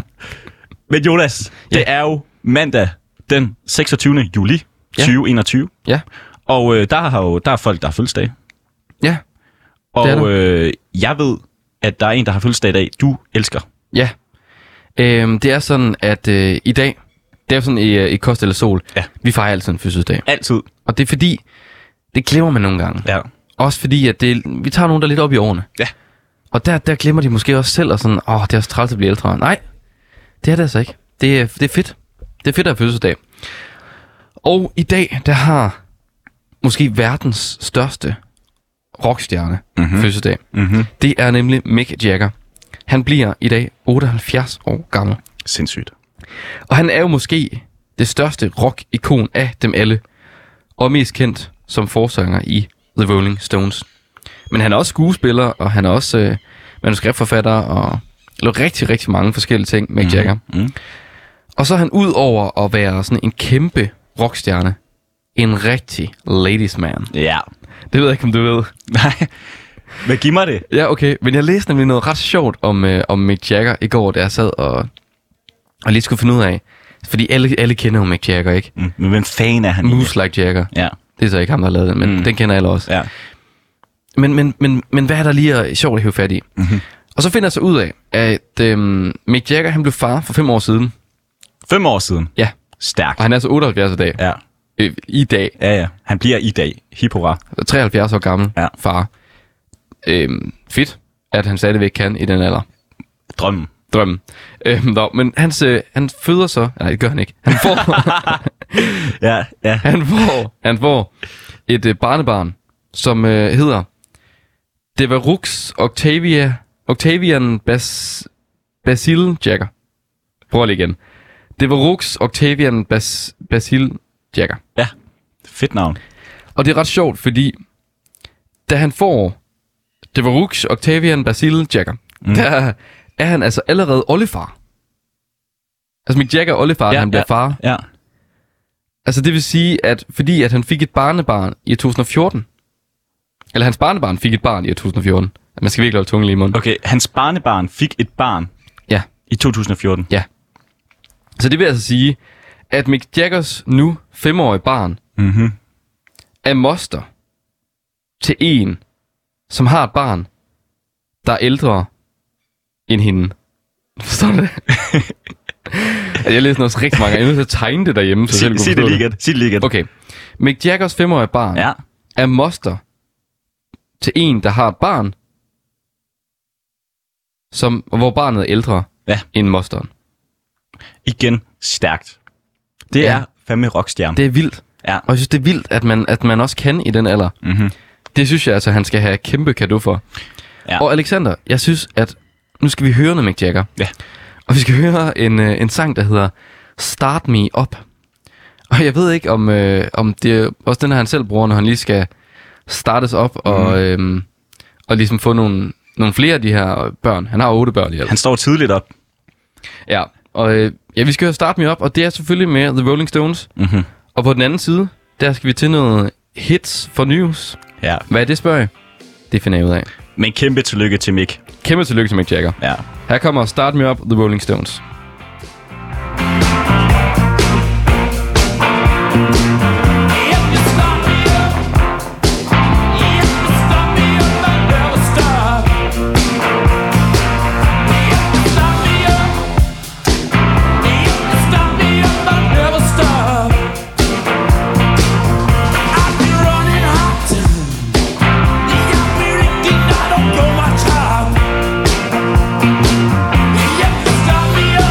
Speaker 2: Men Jonas, ja. det er jo mandag den 26. juli
Speaker 3: Ja.
Speaker 2: 2021.
Speaker 3: Ja,
Speaker 2: Og øh, der, har jo, der er folk, der har fødselsdag.
Speaker 3: ja, Det er der.
Speaker 2: Og øh, jeg ved, at der er en, der har fødselsdag i dag, du elsker.
Speaker 3: Ja. Øhm, det er sådan, at øh, i dag, det er sådan i, øh, i Kost eller Sol,
Speaker 2: Ja.
Speaker 3: vi fejrer altid en fødselsdag.
Speaker 2: Altid.
Speaker 3: Og det er fordi, det glemmer man nogle gange.
Speaker 2: Ja.
Speaker 3: Også fordi, at det, vi tager nogen, der er lidt op i årene.
Speaker 2: Ja.
Speaker 3: Og der, der glemmer de måske også selv, og sådan, åh, oh, det er også træls at blive ældre. Nej, det er det altså ikke. Det er, det er fedt. Det er fedt at have fødselsdag. Og i dag, der har måske verdens største rockstjerne mm-hmm. fødselsdag.
Speaker 2: Mm-hmm.
Speaker 3: Det er nemlig Mick Jagger. Han bliver i dag 78 år gammel.
Speaker 2: Sindssygt.
Speaker 3: Og han er jo måske det største rock-ikon af dem alle, og mest kendt som forsanger i The Rolling Stones. Men han er også skuespiller, og han er også øh, manuskriptforfatter, og lavet rigtig, rigtig mange forskellige ting med mm-hmm. Jagger.
Speaker 2: Mm.
Speaker 3: Og så er han ud over at være sådan en kæmpe rockstjerne, en rigtig ladies man.
Speaker 2: Ja.
Speaker 3: Det ved jeg ikke, om du ved.
Speaker 2: Nej. Men giv mig det.
Speaker 3: Ja, okay. Men jeg læste nemlig noget ret sjovt om, øh, om Mick Jagger i går, da jeg sad og, og lige skulle finde ud af. Fordi alle, alle kender jo Mick Jagger, ikke?
Speaker 2: Mm. Men hvem fan er han? egentlig?
Speaker 3: Moose Like Jagger.
Speaker 2: Ja.
Speaker 3: Det er så ikke ham, der har lavet den, men
Speaker 2: Mm.
Speaker 3: mm. den kender alle også.
Speaker 2: Ja.
Speaker 3: Men, men, men, men hvad er der lige øh, sjovt at hive fat i? Mm-hmm. Og så finder jeg så ud af, at øhm, Mick Jagger han blev far for fem år siden.
Speaker 2: Fem år siden.
Speaker 3: Ja,
Speaker 2: Stærkt.
Speaker 3: og han er så 78 i dag.
Speaker 2: Ja.
Speaker 3: Øh, I dag.
Speaker 2: Ja, ja. Han bliver i dag. Hip hurra.
Speaker 3: 73 år gammel
Speaker 2: Ja.
Speaker 3: ja. far. Øhm, fedt, at han stadigvæk kan i den alder.
Speaker 2: Drømmen.
Speaker 3: drømmen. Øhm, nå, men hans, øh, han føder så... Nej, det gør han ikke. Han får,
Speaker 2: Ja, ja.
Speaker 3: han får, han får et øh, barnebarn, som øh, hedder Devarux Octavia, Octavian Bas, Basil Jagger. Prøv lige igen. Devarux Octavian Bas, Basil Jagger.
Speaker 2: Ja. Fedt navn.
Speaker 3: Og det er ret sjovt, fordi da han får Devarux Octavian Basil Jagger, mm. der er han altså allerede oldefar. Altså Mick Jagger er oldefar, ja, han bliver ja. far.
Speaker 2: Ja.
Speaker 3: Altså det vil sige, at fordi at han fik et barnebarn i 2014, eller hans barnebarn fik et barn i 2014, man skal virkelig holde tungen lige i munden. Okay.
Speaker 2: Okay, hans barnebarn fik et barn
Speaker 3: Ja,
Speaker 2: i 2014.
Speaker 3: så det vil altså sige, at Mick Jaggers nu femårige barn
Speaker 2: Mm-hmm.
Speaker 3: er moster til en, som har et barn, der er ældre end hende. Forstår du det? Altså, jeg læste også rigtig mange. Jeg er nødt til at tegne det derhjemme, så jeg selv
Speaker 2: Sig,
Speaker 3: kunne
Speaker 2: sig
Speaker 3: forstå
Speaker 2: det lige
Speaker 3: det.
Speaker 2: igen. Sig det lige igen.
Speaker 3: Okay. Mick Jaggers femårige barn ja.
Speaker 2: Ja.
Speaker 3: er moster til en, der har et barn, som, hvor barnet er ældre
Speaker 2: Ja.
Speaker 3: end mosteren.
Speaker 2: Igen. Stærkt. Det
Speaker 3: Ja.
Speaker 2: er fandme rockstjerne.
Speaker 3: Det er vildt.
Speaker 2: Ja.
Speaker 3: Og jeg synes, det er vildt, at man, at man også kan i den alder.
Speaker 2: Mm-hmm.
Speaker 3: Det synes jeg altså, han skal have kæmpe kado for.
Speaker 2: Ja.
Speaker 3: Ja. Og Alexander, jeg synes, at nu skal vi høre noget Mick Jagger.
Speaker 2: Ja.
Speaker 3: Og vi skal høre en, øh, en sang, der hedder Start Me Up. Og jeg ved ikke, om, øh, om det er også den her, han selv bruger, når han lige skal startes op
Speaker 2: Mm-hmm.
Speaker 3: og, øh, og ligesom få nogle, nogle flere af de her øh, børn. Han har otte børn i alt.
Speaker 2: Han står tidligt op.
Speaker 3: Ja, og øh, ja, vi skal høre Start Me Up, og det er selvfølgelig med The Rolling Stones.
Speaker 2: Mm-hmm.
Speaker 3: Og på den anden side, der skal vi til noget hits for news.
Speaker 2: Ja.
Speaker 3: Hvad er det, spørger jeg? Det finder jeg ud af.
Speaker 2: Men kæmpe tillykke til Mick.
Speaker 3: Kæmpe tillykke til Mick Jagger.
Speaker 2: Ja.
Speaker 3: Her kommer Start Me Up, The Rolling Stones.
Speaker 4: Stop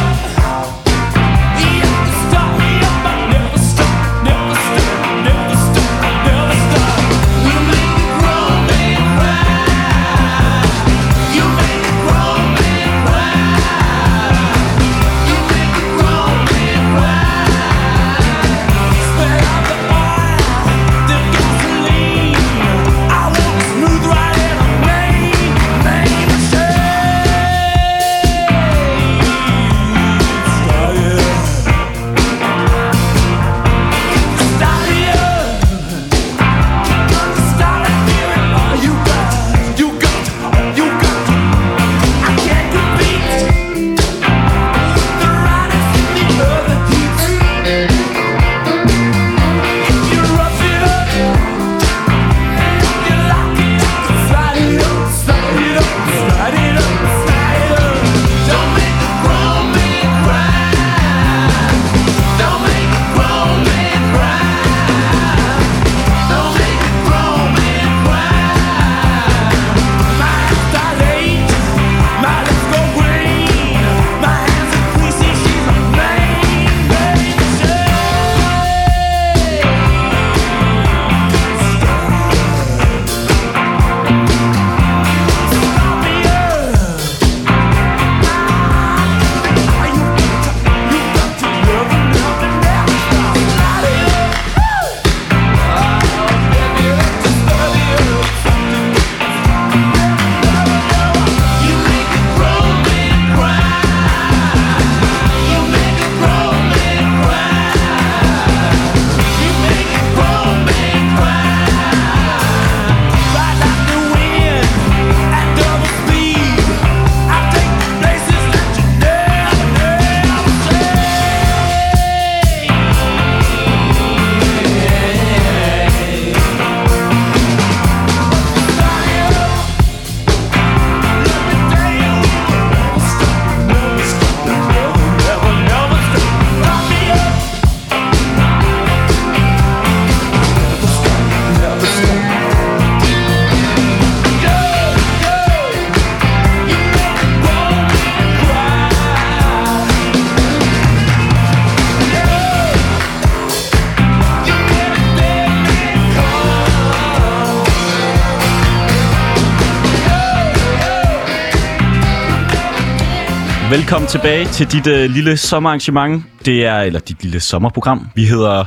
Speaker 4: me up.
Speaker 2: Velkommen tilbage til dit øh, lille sommerarrangement. Det er, eller dit lille sommerprogram. Vi hedder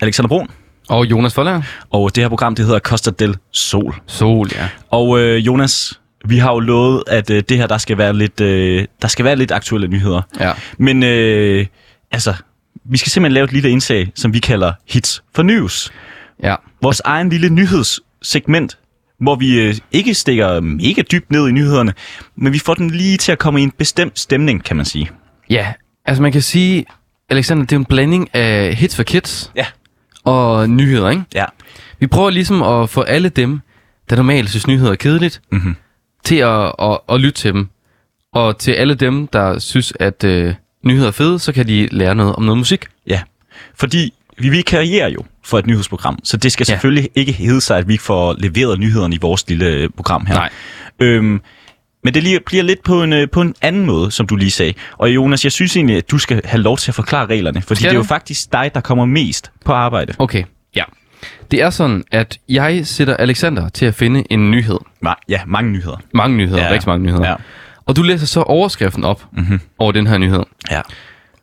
Speaker 2: Alexander Brun,
Speaker 3: Og Jonas Forlager.
Speaker 2: og det her program, det hedder Costa del Sol.
Speaker 3: Sol, ja.
Speaker 2: Og øh, Jonas, vi har jo lovet, at øh, det her, der skal være lidt, øh, der skal være lidt aktuelle nyheder.
Speaker 3: Ja.
Speaker 2: Men øh, altså, vi skal simpelthen lave et lille indslag, som vi kalder Hits for News.
Speaker 3: Ja.
Speaker 2: Vores egen lille nyhedssegment, hvor vi øh, ikke stikker mega dybt ned i nyhederne, men vi får den lige til at komme i en bestemt stemning, kan man sige.
Speaker 3: Ja, altså man kan sige, Alexander, det er jo en blanding af hits for kids
Speaker 2: Ja.
Speaker 3: og nyheder, ikke?
Speaker 2: Ja.
Speaker 3: Vi prøver ligesom at få alle dem, der normalt synes nyheder er kedeligt,
Speaker 2: Mhm.
Speaker 3: til at, at, at lytte til dem. Og til alle dem, der synes, at øh, nyheder er fede, så kan de lære noget om noget musik.
Speaker 2: Ja, fordi vi, vi karrierer jo for et nyhedsprogram, så det skal
Speaker 3: Ja.
Speaker 2: selvfølgelig ikke hedde sig, at vi ikke får leveret nyhederne i vores lille øh, program her.
Speaker 3: Nej.
Speaker 2: Øhm, men det lige, bliver lidt på en, øh, på en anden måde, som du lige sagde. Og Jonas, jeg synes egentlig, at du skal have lov til at forklare reglerne, fordi
Speaker 3: Skal
Speaker 2: det er jo
Speaker 3: jeg?
Speaker 2: faktisk dig, der kommer mest på arbejde.
Speaker 3: Okay, ja. Det er sådan, at jeg sætter Alexander til at finde en nyhed.
Speaker 2: Nej, ja, mange nyheder.
Speaker 3: Mange nyheder,
Speaker 2: Ja.
Speaker 3: ja. rigtig mange nyheder.
Speaker 2: Ja. Mhm.
Speaker 3: Og du læser så overskriften op mm-hmm. over den her nyhed.
Speaker 2: Ja.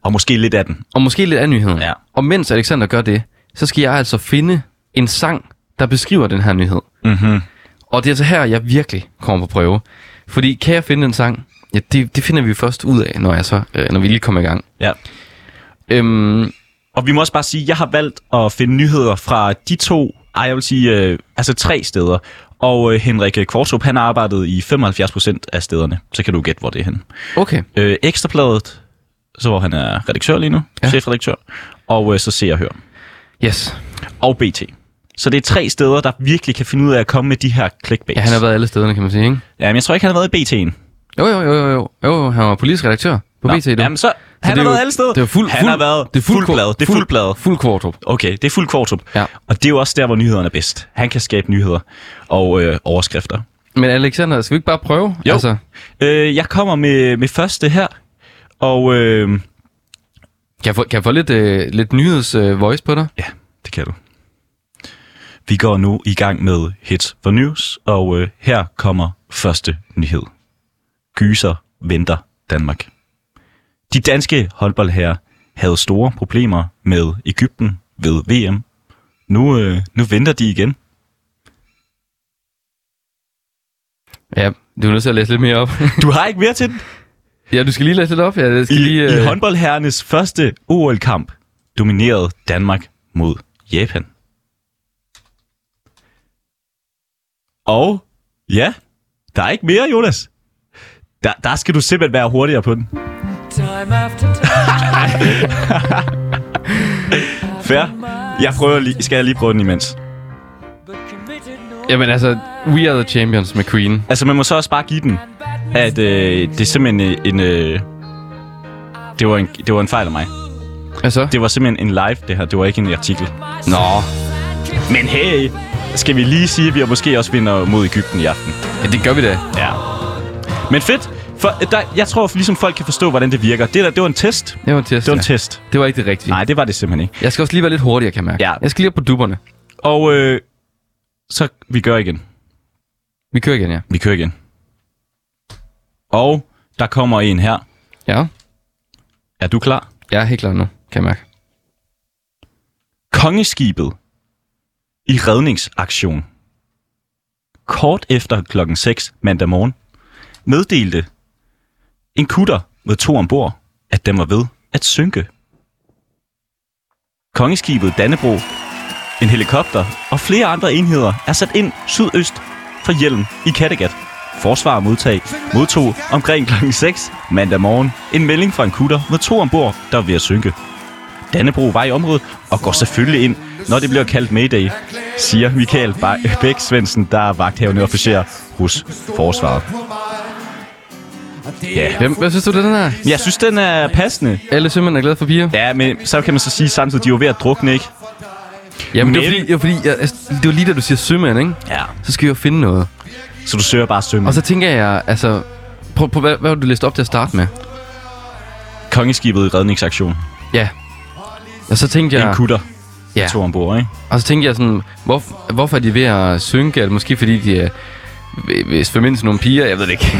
Speaker 2: Og måske lidt af den.
Speaker 3: Og måske lidt af nyheden.
Speaker 2: Ja.
Speaker 3: Og mens Alexander gør det, så skal jeg altså finde en sang, der beskriver den her nyhed.
Speaker 2: Mm-hmm.
Speaker 3: Og det er altså her, jeg virkelig kommer på prøve. Fordi kan jeg finde en sang? Ja, det, det finder vi først ud af, når, jeg så, øh, når vi lige kommer i gang.
Speaker 2: Ja.
Speaker 3: Øhm,
Speaker 2: Og vi må også bare sige, at jeg har valgt at finde nyheder fra de to, ej, jeg vil sige, øh, altså tre steder. Og øh, Henrik Kvartrup, han har arbejdet i 75% af stederne. Så kan du gætte, hvor det er henne.
Speaker 3: okay,
Speaker 2: Øh, Ekstrabladet, så hvor han er redaktør lige nu, ja.
Speaker 3: Ja.
Speaker 2: chefredaktør. Og øh, så ser jeg hør.
Speaker 3: yes.
Speaker 2: Og BT. Så det er tre steder, der virkelig kan finde ud af at komme med de her clickbaits.
Speaker 3: Ja, han har været alle stederne, kan man sige, ikke?
Speaker 2: ja, men jeg tror ikke, han har været i BT'en.
Speaker 3: Jo, jo, jo, jo, jo, jo, han var politisk redaktør på BT. du.
Speaker 2: Jamen, så, så han
Speaker 3: det
Speaker 2: har
Speaker 3: er jo-
Speaker 2: været alle steder.
Speaker 3: Det er fuld,
Speaker 2: han
Speaker 3: fuld,
Speaker 2: har været
Speaker 3: det er fuld,
Speaker 2: blad. Det er fuld blad.
Speaker 3: Fuld kvartrup.
Speaker 2: Okay, det er fuld Kvartrup.
Speaker 3: Ja.
Speaker 2: Og det er jo også der, hvor nyhederne er bedst. Han kan skabe nyheder og øh, overskrifter.
Speaker 3: Men Alexander, skal vi ikke bare prøve?
Speaker 2: Jo.
Speaker 3: Altså,
Speaker 2: Øh, jeg kommer med, med første her. Og øh,
Speaker 3: kan, jeg få, kan jeg få lidt, øh, lidt nyheds øh, voice på dig?
Speaker 2: ja, det kan du. Vi går nu i gang med Hits for News, og øh, her kommer første nyhed. Gyser venter Danmark. De danske håndboldherrer havde store problemer med Ægypten ved VM. Nu, øh, nu venter de igen.
Speaker 3: Ja, du er nødt til at læse lidt mere op.
Speaker 2: Du har ikke mere til den?
Speaker 3: ja, du skal lige læse lidt op. Ja, jeg skal
Speaker 2: I,
Speaker 3: lige, øh,
Speaker 2: I håndboldherrenes første OL-kamp dominerede Danmark mod Japan. Og ja, der er ikke mere, Jonas. Der, der skal du simpelthen være hurtigere på den.
Speaker 4: Time after time.
Speaker 2: Fair. Jeg prøver lige, skal jeg lige prøve den imens.
Speaker 4: but committed no
Speaker 3: Jamen altså, We Are The Champions med Queen.
Speaker 2: Altså, man må så også bare give den, at øh, det er simpelthen øh, en... Øh, det, var en, det var en fejl af mig.
Speaker 3: Hvad så?
Speaker 2: Det var simpelthen en live, det her. Det var ikke en artikel.
Speaker 3: Nå,
Speaker 2: Men hey, skal vi lige sige, at vi måske også vinder mod Ægypten i aften.
Speaker 3: ja, det gør vi da.
Speaker 2: Ja. Men fedt. For, der, jeg tror, at ligesom folk kan forstå, hvordan det virker. Det der, det var en test. Det
Speaker 3: Det var en test.
Speaker 2: var en
Speaker 3: ja.
Speaker 2: test.
Speaker 3: det var ikke det rigtige.
Speaker 2: Nej, det var det simpelthen ikke.
Speaker 3: Jeg skal også lige være lidt hurtigere, kan jeg mærke.
Speaker 2: Ja.
Speaker 3: Jeg skal lige op på duberne.
Speaker 2: Og øh, så vi gør igen.
Speaker 3: Vi kører igen, ja.
Speaker 2: Vi kører igen. Og der kommer en her.
Speaker 3: Ja,
Speaker 2: Er du klar?
Speaker 3: jeg er helt klar nu, kan jeg mærke.
Speaker 2: Kongeskibet i redningsaktion. Kort efter klokken 6 mandag morgen meddelte en kutter med to ombord, at den var ved at synke. Kongeskibet Dannebro, en helikopter og flere andre enheder er sat ind sydøst for Hjelm i Kattegat. Forsvar modtag modtog omkring klokken 6 mandag morgen en melding fra en kutter med to ombord, der var ved at synke. Dannebro var i området og går selvfølgelig ind, når det bliver kaldt Mayday, siger Michael Ba- Bæk Svendsen, der er vagthavende officer hos Forsvaret. Ja,
Speaker 3: Hvem, hvad synes du, den er?
Speaker 2: jeg synes, den er passende.
Speaker 3: Alle sømænd er glade for piger.
Speaker 2: Ja, men så kan man så sige samtidig, at de er jo ved at drukne, ikke?
Speaker 3: Jamen, det var
Speaker 2: men-
Speaker 3: fordi, det var, fordi jeg, altså, det var lige da du siger sømænd, ikke?
Speaker 2: Ja.
Speaker 3: Så skal jeg jo finde noget.
Speaker 2: Mm. Så du søger bare sømme.
Speaker 3: Og
Speaker 2: Så...
Speaker 3: så tænker jeg, altså... Prøv, prøv, hvad, hvad var det, du læste op til at starte med?
Speaker 2: Kongeskibet i redningsaktion.
Speaker 3: Ja. Og så tænkte
Speaker 2: Ja.
Speaker 3: jeg...
Speaker 2: En kutter,
Speaker 3: ja.
Speaker 2: to ombord, ikke?
Speaker 3: Og så tænkte jeg sådan, hvor, øh, hvorfor er de ved at synke? Er det måske fordi, de er ved- ved at svømme ind til nogle piger? Jeg ved det ikke.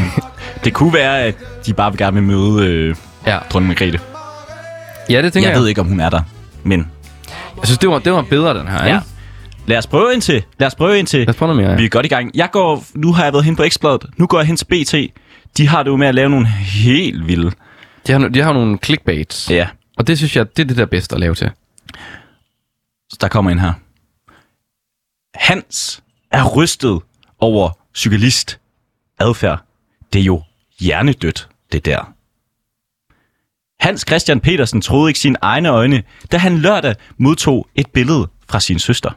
Speaker 2: Det kunne være, at de bare vil gerne vil møde øh,
Speaker 3: Ja,
Speaker 2: dronning Margrethe.
Speaker 3: ja det tænker
Speaker 2: Jeg
Speaker 3: jeg.
Speaker 2: ved ikke, om hun er der, men
Speaker 3: Jeg synes, det var, det var bedre, den her.
Speaker 2: Ja.
Speaker 3: Ja.
Speaker 2: Lad os prøve ind til. Lad os prøve ind til.
Speaker 3: Lad os prøve noget mere, ja.
Speaker 2: Vi er godt i gang. Jeg går, nu har jeg været hen på Ekstrabladet. Nu går jeg hen til BT. De har det jo med at lave nogle helt vilde.
Speaker 3: De, har, no- de har nogle clickbaits.
Speaker 2: Ja.
Speaker 3: Og det synes jeg, det er det der bedste at lave til.
Speaker 2: Så der kommer en her. Hans er rystet over cyklist adfærd. Det er jo hjernedødt, det der. Hans Christian Petersen troede ikke sine egne øjne, da han lørdag modtog et billede fra sin søster.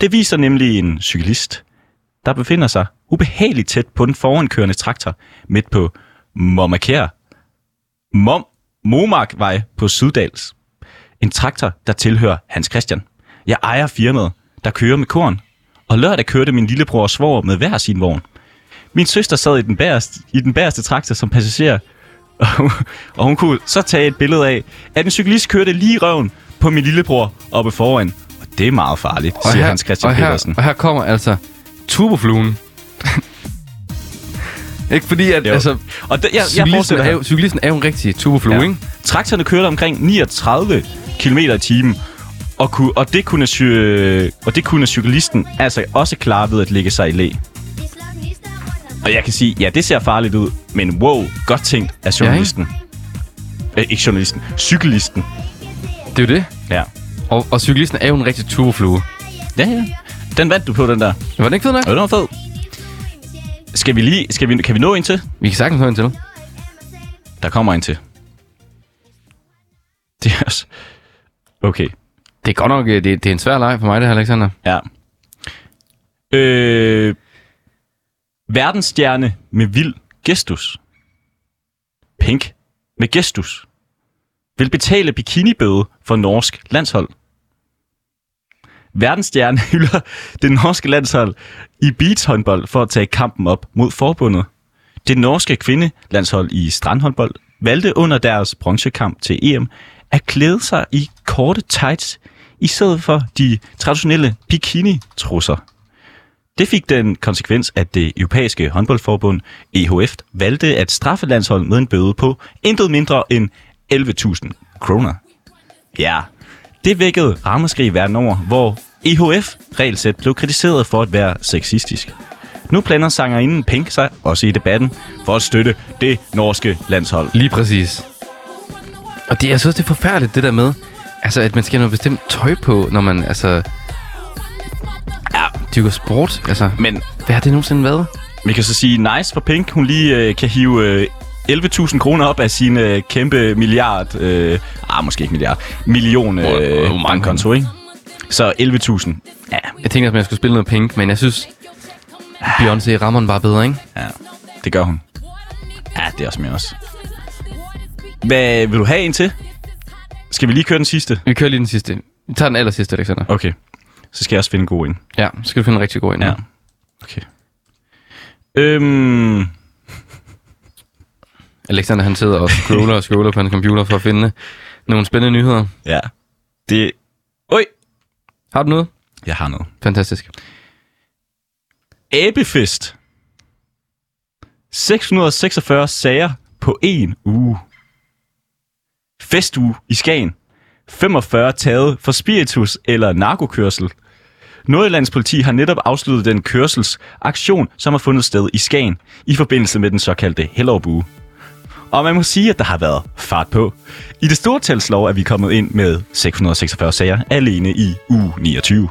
Speaker 2: Det viser nemlig en cyklist, der befinder sig ubehageligt tæt på den forankørende traktor midt på Momakær. Mom Momarkvej på Syddals. En traktor, der tilhører Hans Christian. Jeg ejer firmaet, der kører med korn. Og lørdag kørte min lillebror og svoger med hver sin vogn. Min søster sad i den bæreste, i den bæreste traktor som passager, og hun, og hun kunne så tage et billede af, at en cyklist kørte lige i røven på min lillebror oppe foran. Og det er meget farligt, siger Hans Christian
Speaker 3: og
Speaker 2: Petersen.
Speaker 3: Her, og her kommer altså turbofluen. ikke fordi, at
Speaker 2: Jo.
Speaker 3: altså,
Speaker 2: og det, jeg, jeg
Speaker 3: cyklisten,
Speaker 2: fortsætter
Speaker 3: er,
Speaker 2: her.
Speaker 3: jo- cyklisten er jo en rigtig turboflue, ja. ikke?
Speaker 2: Traktorerne kørte omkring 39 km i timen, og, kunne, og, det kunne, cy- og det kunne cyklisten altså også klare ved at lægge sig i læ. Og jeg kan sige, ja, det ser farligt ud, men wow, godt tænkt af
Speaker 3: Ja, ikke?
Speaker 2: journalisten. Ja, ikke? Æ, ikke journalisten, cyklisten.
Speaker 3: Det er jo det.
Speaker 2: Ja.
Speaker 3: Og, og cyklisten er jo en rigtig turboflue.
Speaker 2: ja, ja. Den vandt du på, den der.
Speaker 3: Var den ikke fed nok?
Speaker 2: Og den var fed. Skal vi lige, skal vi, kan vi nå en til?
Speaker 3: Vi kan sagtens høre en til.
Speaker 2: Der kommer en til. Det er også... Okay.
Speaker 3: Det er godt nok, øh, det, det er en svær leg for mig, det her, Alexander.
Speaker 2: Ja. Øh, verdensstjerne med vild gestus. Pink med gestus. Vil betale bikinibøde for norsk landshold. Verdensstjerne hylder det norske landshold i beachhåndbold for at tage kampen op mod forbundet. Det norske kvindelandshold i strandhåndbold valgte under deres bronzekamp til EM at klæde sig i korte tights i stedet for de traditionelle bikini-trusser. Det fik den konsekvens, at det europæiske håndboldforbund EHF valgte at straffe landsholdet med en bøde på intet mindre end 11.000 kroner. Ja, det vækkede ramaskrig verden over, hvor E EHF-regelsæt blev kritiseret for at være sexistisk. Nu planer sangerinden Pink sig også i debatten for at støtte det norske landshold.
Speaker 3: Lige præcis. Og det, jeg synes, det er forfærdeligt, det der med, altså, at man skal have noget bestemt tøj på, når man, altså,
Speaker 2: Ja,
Speaker 3: dyrker sport. Altså,
Speaker 2: men
Speaker 3: hvad har det nogensinde været?
Speaker 2: Vi kan så sige nice for Pink. Hun lige øh, kan hive øh, 11.000 kroner op af sin øh, kæmpe milliard... Øh, ah, måske ikke milliard. Million
Speaker 3: Hvor- hvor
Speaker 2: øh,
Speaker 3: mange?
Speaker 2: bankkonto, ikke? Så 11.000. Ja,
Speaker 3: Jeg tænkte, at jeg skulle spille noget pink, men jeg synes, Beyoncé rammer den bare bedre, ikke?
Speaker 2: ja, det gør hun. Ja, det er også med os. Hvad vil du have en til? Skal vi lige køre den sidste?
Speaker 3: Vi kører lige den sidste. Vi tager den aller sidste, Alexander.
Speaker 2: Okay, så skal jeg også finde en god en.
Speaker 3: Ja, så skal du finde en rigtig god en.
Speaker 2: Ja. Okay. Øhm,
Speaker 3: Alexander, han sidder og scroller og scroller på hans computer for at finde nogle spændende nyheder.
Speaker 2: ja. Det... Oj,
Speaker 3: Har du noget?
Speaker 2: jeg har noget.
Speaker 3: Fantastisk.
Speaker 2: Abefest. 646 sager på en uge. Festuge i Skagen. 45 taget for spiritus eller narkokørsel. Nordjyllands politi har netop afsluttet den kørselsaktion, som har fundet sted i Skagen i forbindelse med den såkaldte Hellerbue. Og man må sige, at der har været fart på. I det store talslov er vi kommet ind med 646 sager alene i uge 29.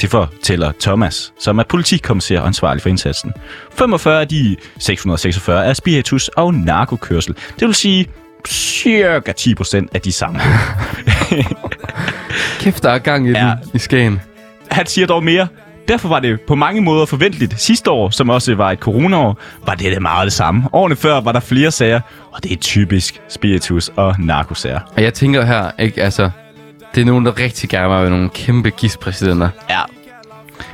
Speaker 2: Det fortæller Thomas, som er politikommissær og ansvarlig for indsatsen. 45 af de 646 er spiritus og narkokørsel. Det vil sige cirka 10 procent af de samme.
Speaker 3: Kæft, der er gang i den
Speaker 2: Ja.
Speaker 3: i Skagen.
Speaker 2: Han siger dog mere. Derfor var det på mange måder forventeligt. Sidste år, som også var et coronaår, var det det meget det samme. Årene før var der flere sager, og det er typisk spiritus og narkosager.
Speaker 3: Og jeg tænker her, ikke, altså, det er nogen, der rigtig gerne vil være nogle kæmpe gispræsidenter.
Speaker 2: Ja,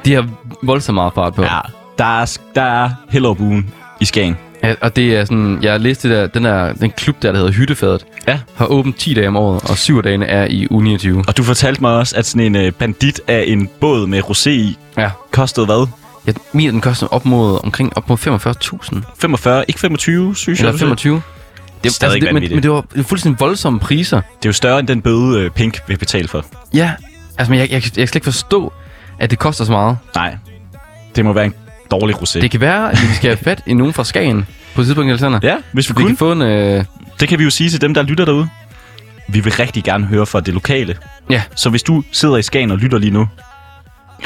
Speaker 3: De har voldsomt meget fart på.
Speaker 2: ja. Der er, der er Hellerbuen i Skagen.
Speaker 3: Ja, og det er sådan, jeg læste der, den der, den klub der, der hedder Hyttefadet,
Speaker 2: Ja.
Speaker 3: har åbent 10 dage om året, og 7 dage er i uge 29.
Speaker 2: Og du fortalte mig også, at sådan en øh, bandit af en båd med rosé i
Speaker 3: Ja.
Speaker 2: kostede hvad?
Speaker 3: Ja, min den koster op mod, omkring op mod 45.000.
Speaker 2: 45, ikke 25, synes jeg.
Speaker 3: Eller
Speaker 2: du sagde.
Speaker 3: 25. Det, er
Speaker 2: Stadig
Speaker 3: det, men,
Speaker 2: vanvittigt.
Speaker 3: men det var det var fuldstændig voldsomme priser.
Speaker 2: Det er jo større end den bøde, øh, Pink vil betale for.
Speaker 3: Ja, altså, men jeg, jeg, jeg kan slet ikke forstå, at det koster så meget.
Speaker 2: Nej, det må være en dårlig rosé.
Speaker 3: Det kan være, at vi skal have fat i nogen fra Skagen på et tidspunkt, Alexander.
Speaker 2: ja, hvis vi
Speaker 3: Vi
Speaker 2: kunne.
Speaker 3: kan få en... Øh,
Speaker 2: Det kan vi jo sige til dem, der lytter derude. Vi vil rigtig gerne høre fra det lokale.
Speaker 3: ja,
Speaker 2: Så hvis du sidder i Skagen og lytter lige nu,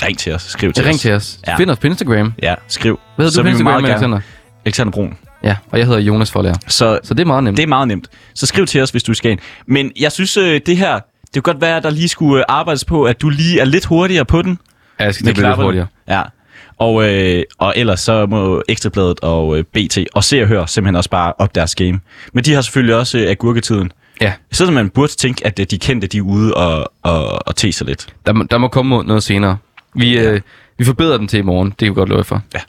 Speaker 2: ring til os. Skriv til
Speaker 3: ring
Speaker 2: os.
Speaker 3: til os.
Speaker 2: Ja.
Speaker 3: Ja. Find os på Instagram.
Speaker 2: Ja, skriv.
Speaker 3: Hvad hedder
Speaker 2: så
Speaker 3: du på
Speaker 2: vil vi
Speaker 3: Instagram,
Speaker 2: meget gerne-
Speaker 3: Alexander?
Speaker 2: Alexander Brun.
Speaker 3: Ja, og jeg hedder Jonas Forlærer.
Speaker 2: Så
Speaker 3: Så det er meget nemt.
Speaker 2: det er meget nemt. Så skriv til os, hvis du er i Skagen. Men jeg synes, øh, det her... Det kan godt være, at der lige skulle øh, arbejdes på, at du lige er lidt hurtigere på den.
Speaker 3: ja, jeg skal til at blive lidt
Speaker 2: klapper
Speaker 3: hurtigere.
Speaker 2: Ja. Og, øh, og ellers så må Ekstrabladet og øh, BT og Se og Hør simpelthen også bare op deres game. Men de har selvfølgelig også øh, agurketiden.
Speaker 3: Ja,
Speaker 2: Sådan man burde tænke, at øh, de kendte, de er ude og, og, og te sig lidt.
Speaker 3: der, må- der må komme noget senere. Vi, øh, vi forbedrer den til i morgen. Det kan vi godt love jer for.
Speaker 2: Ja.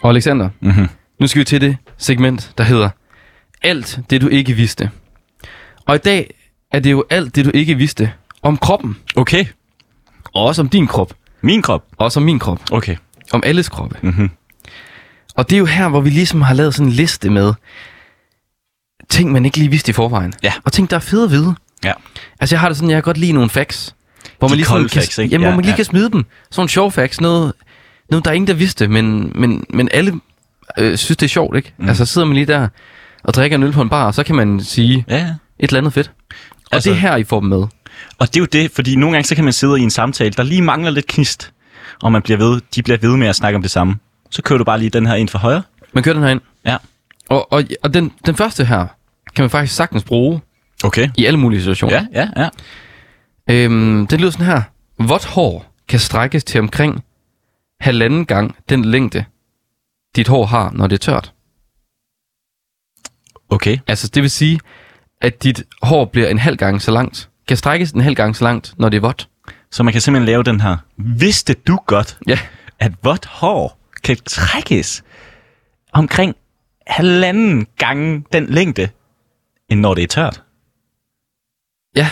Speaker 3: Og Alexander,
Speaker 2: Mhm.
Speaker 3: mm-hmm. nu skal vi til det segment, der hedder Alt det du ikke vidste. Og i dag er det jo alt det du ikke vidste om kroppen.
Speaker 2: Okay.
Speaker 3: Og også om din krop.
Speaker 2: Min krop.
Speaker 3: Og også om min krop.
Speaker 2: Okay.
Speaker 3: Om alles kroppe. Mm-hmm. Og det er jo her, hvor vi ligesom har lavet sådan en liste med ting, man ikke lige vidste i forvejen.
Speaker 2: Ja.
Speaker 3: Og ting, der er fede at vide.
Speaker 2: Ja.
Speaker 3: Altså, jeg har det sådan, jeg kan godt lide nogle facts. Hvor
Speaker 2: De
Speaker 3: man lige sådan
Speaker 2: kolde
Speaker 3: kan,
Speaker 2: facts, ikke?
Speaker 3: Jamen,
Speaker 2: Ja,
Speaker 3: hvor man lige
Speaker 2: ja.
Speaker 3: kan smide dem. Sådan nogle sjove facts. Noget, noget, der er ingen, der vidste, men, men, men alle øh, synes, det er sjovt, ikke? Mm. Altså, sidder man lige der og drikker en øl på en bar, og så kan man sige
Speaker 2: Ja.
Speaker 3: et eller andet fedt. Og
Speaker 2: Altså-
Speaker 3: altså, det er her, I får dem med.
Speaker 2: Og det er jo det, fordi nogle gange så kan man sidde i en samtale, der lige mangler lidt knist, og man bliver ved, de bliver ved med at snakke om det samme. Så kører du bare lige den her ind for højre.
Speaker 3: Man kører den her ind.
Speaker 2: Ja.
Speaker 3: Og, og, og den, den første her kan man faktisk sagtens bruge
Speaker 2: Okay.
Speaker 3: i alle mulige situationer.
Speaker 2: Ja, ja, ja.
Speaker 3: Øhm, det lyder sådan her. Vådt hår kan strækkes til omkring halvanden gang den længde, dit hår har, når det er tørt.
Speaker 2: Okay.
Speaker 3: Altså, det vil sige, at dit hår bliver en halv gang så langt. Kan strækkes en halv gang så langt, når det er vådt.
Speaker 2: Så man kan simpelthen lave den her. Vidste du godt,
Speaker 3: Ja.
Speaker 2: at vådt hår kan trækkes omkring halvanden gange den længde, end når det er tørt?
Speaker 3: Ja,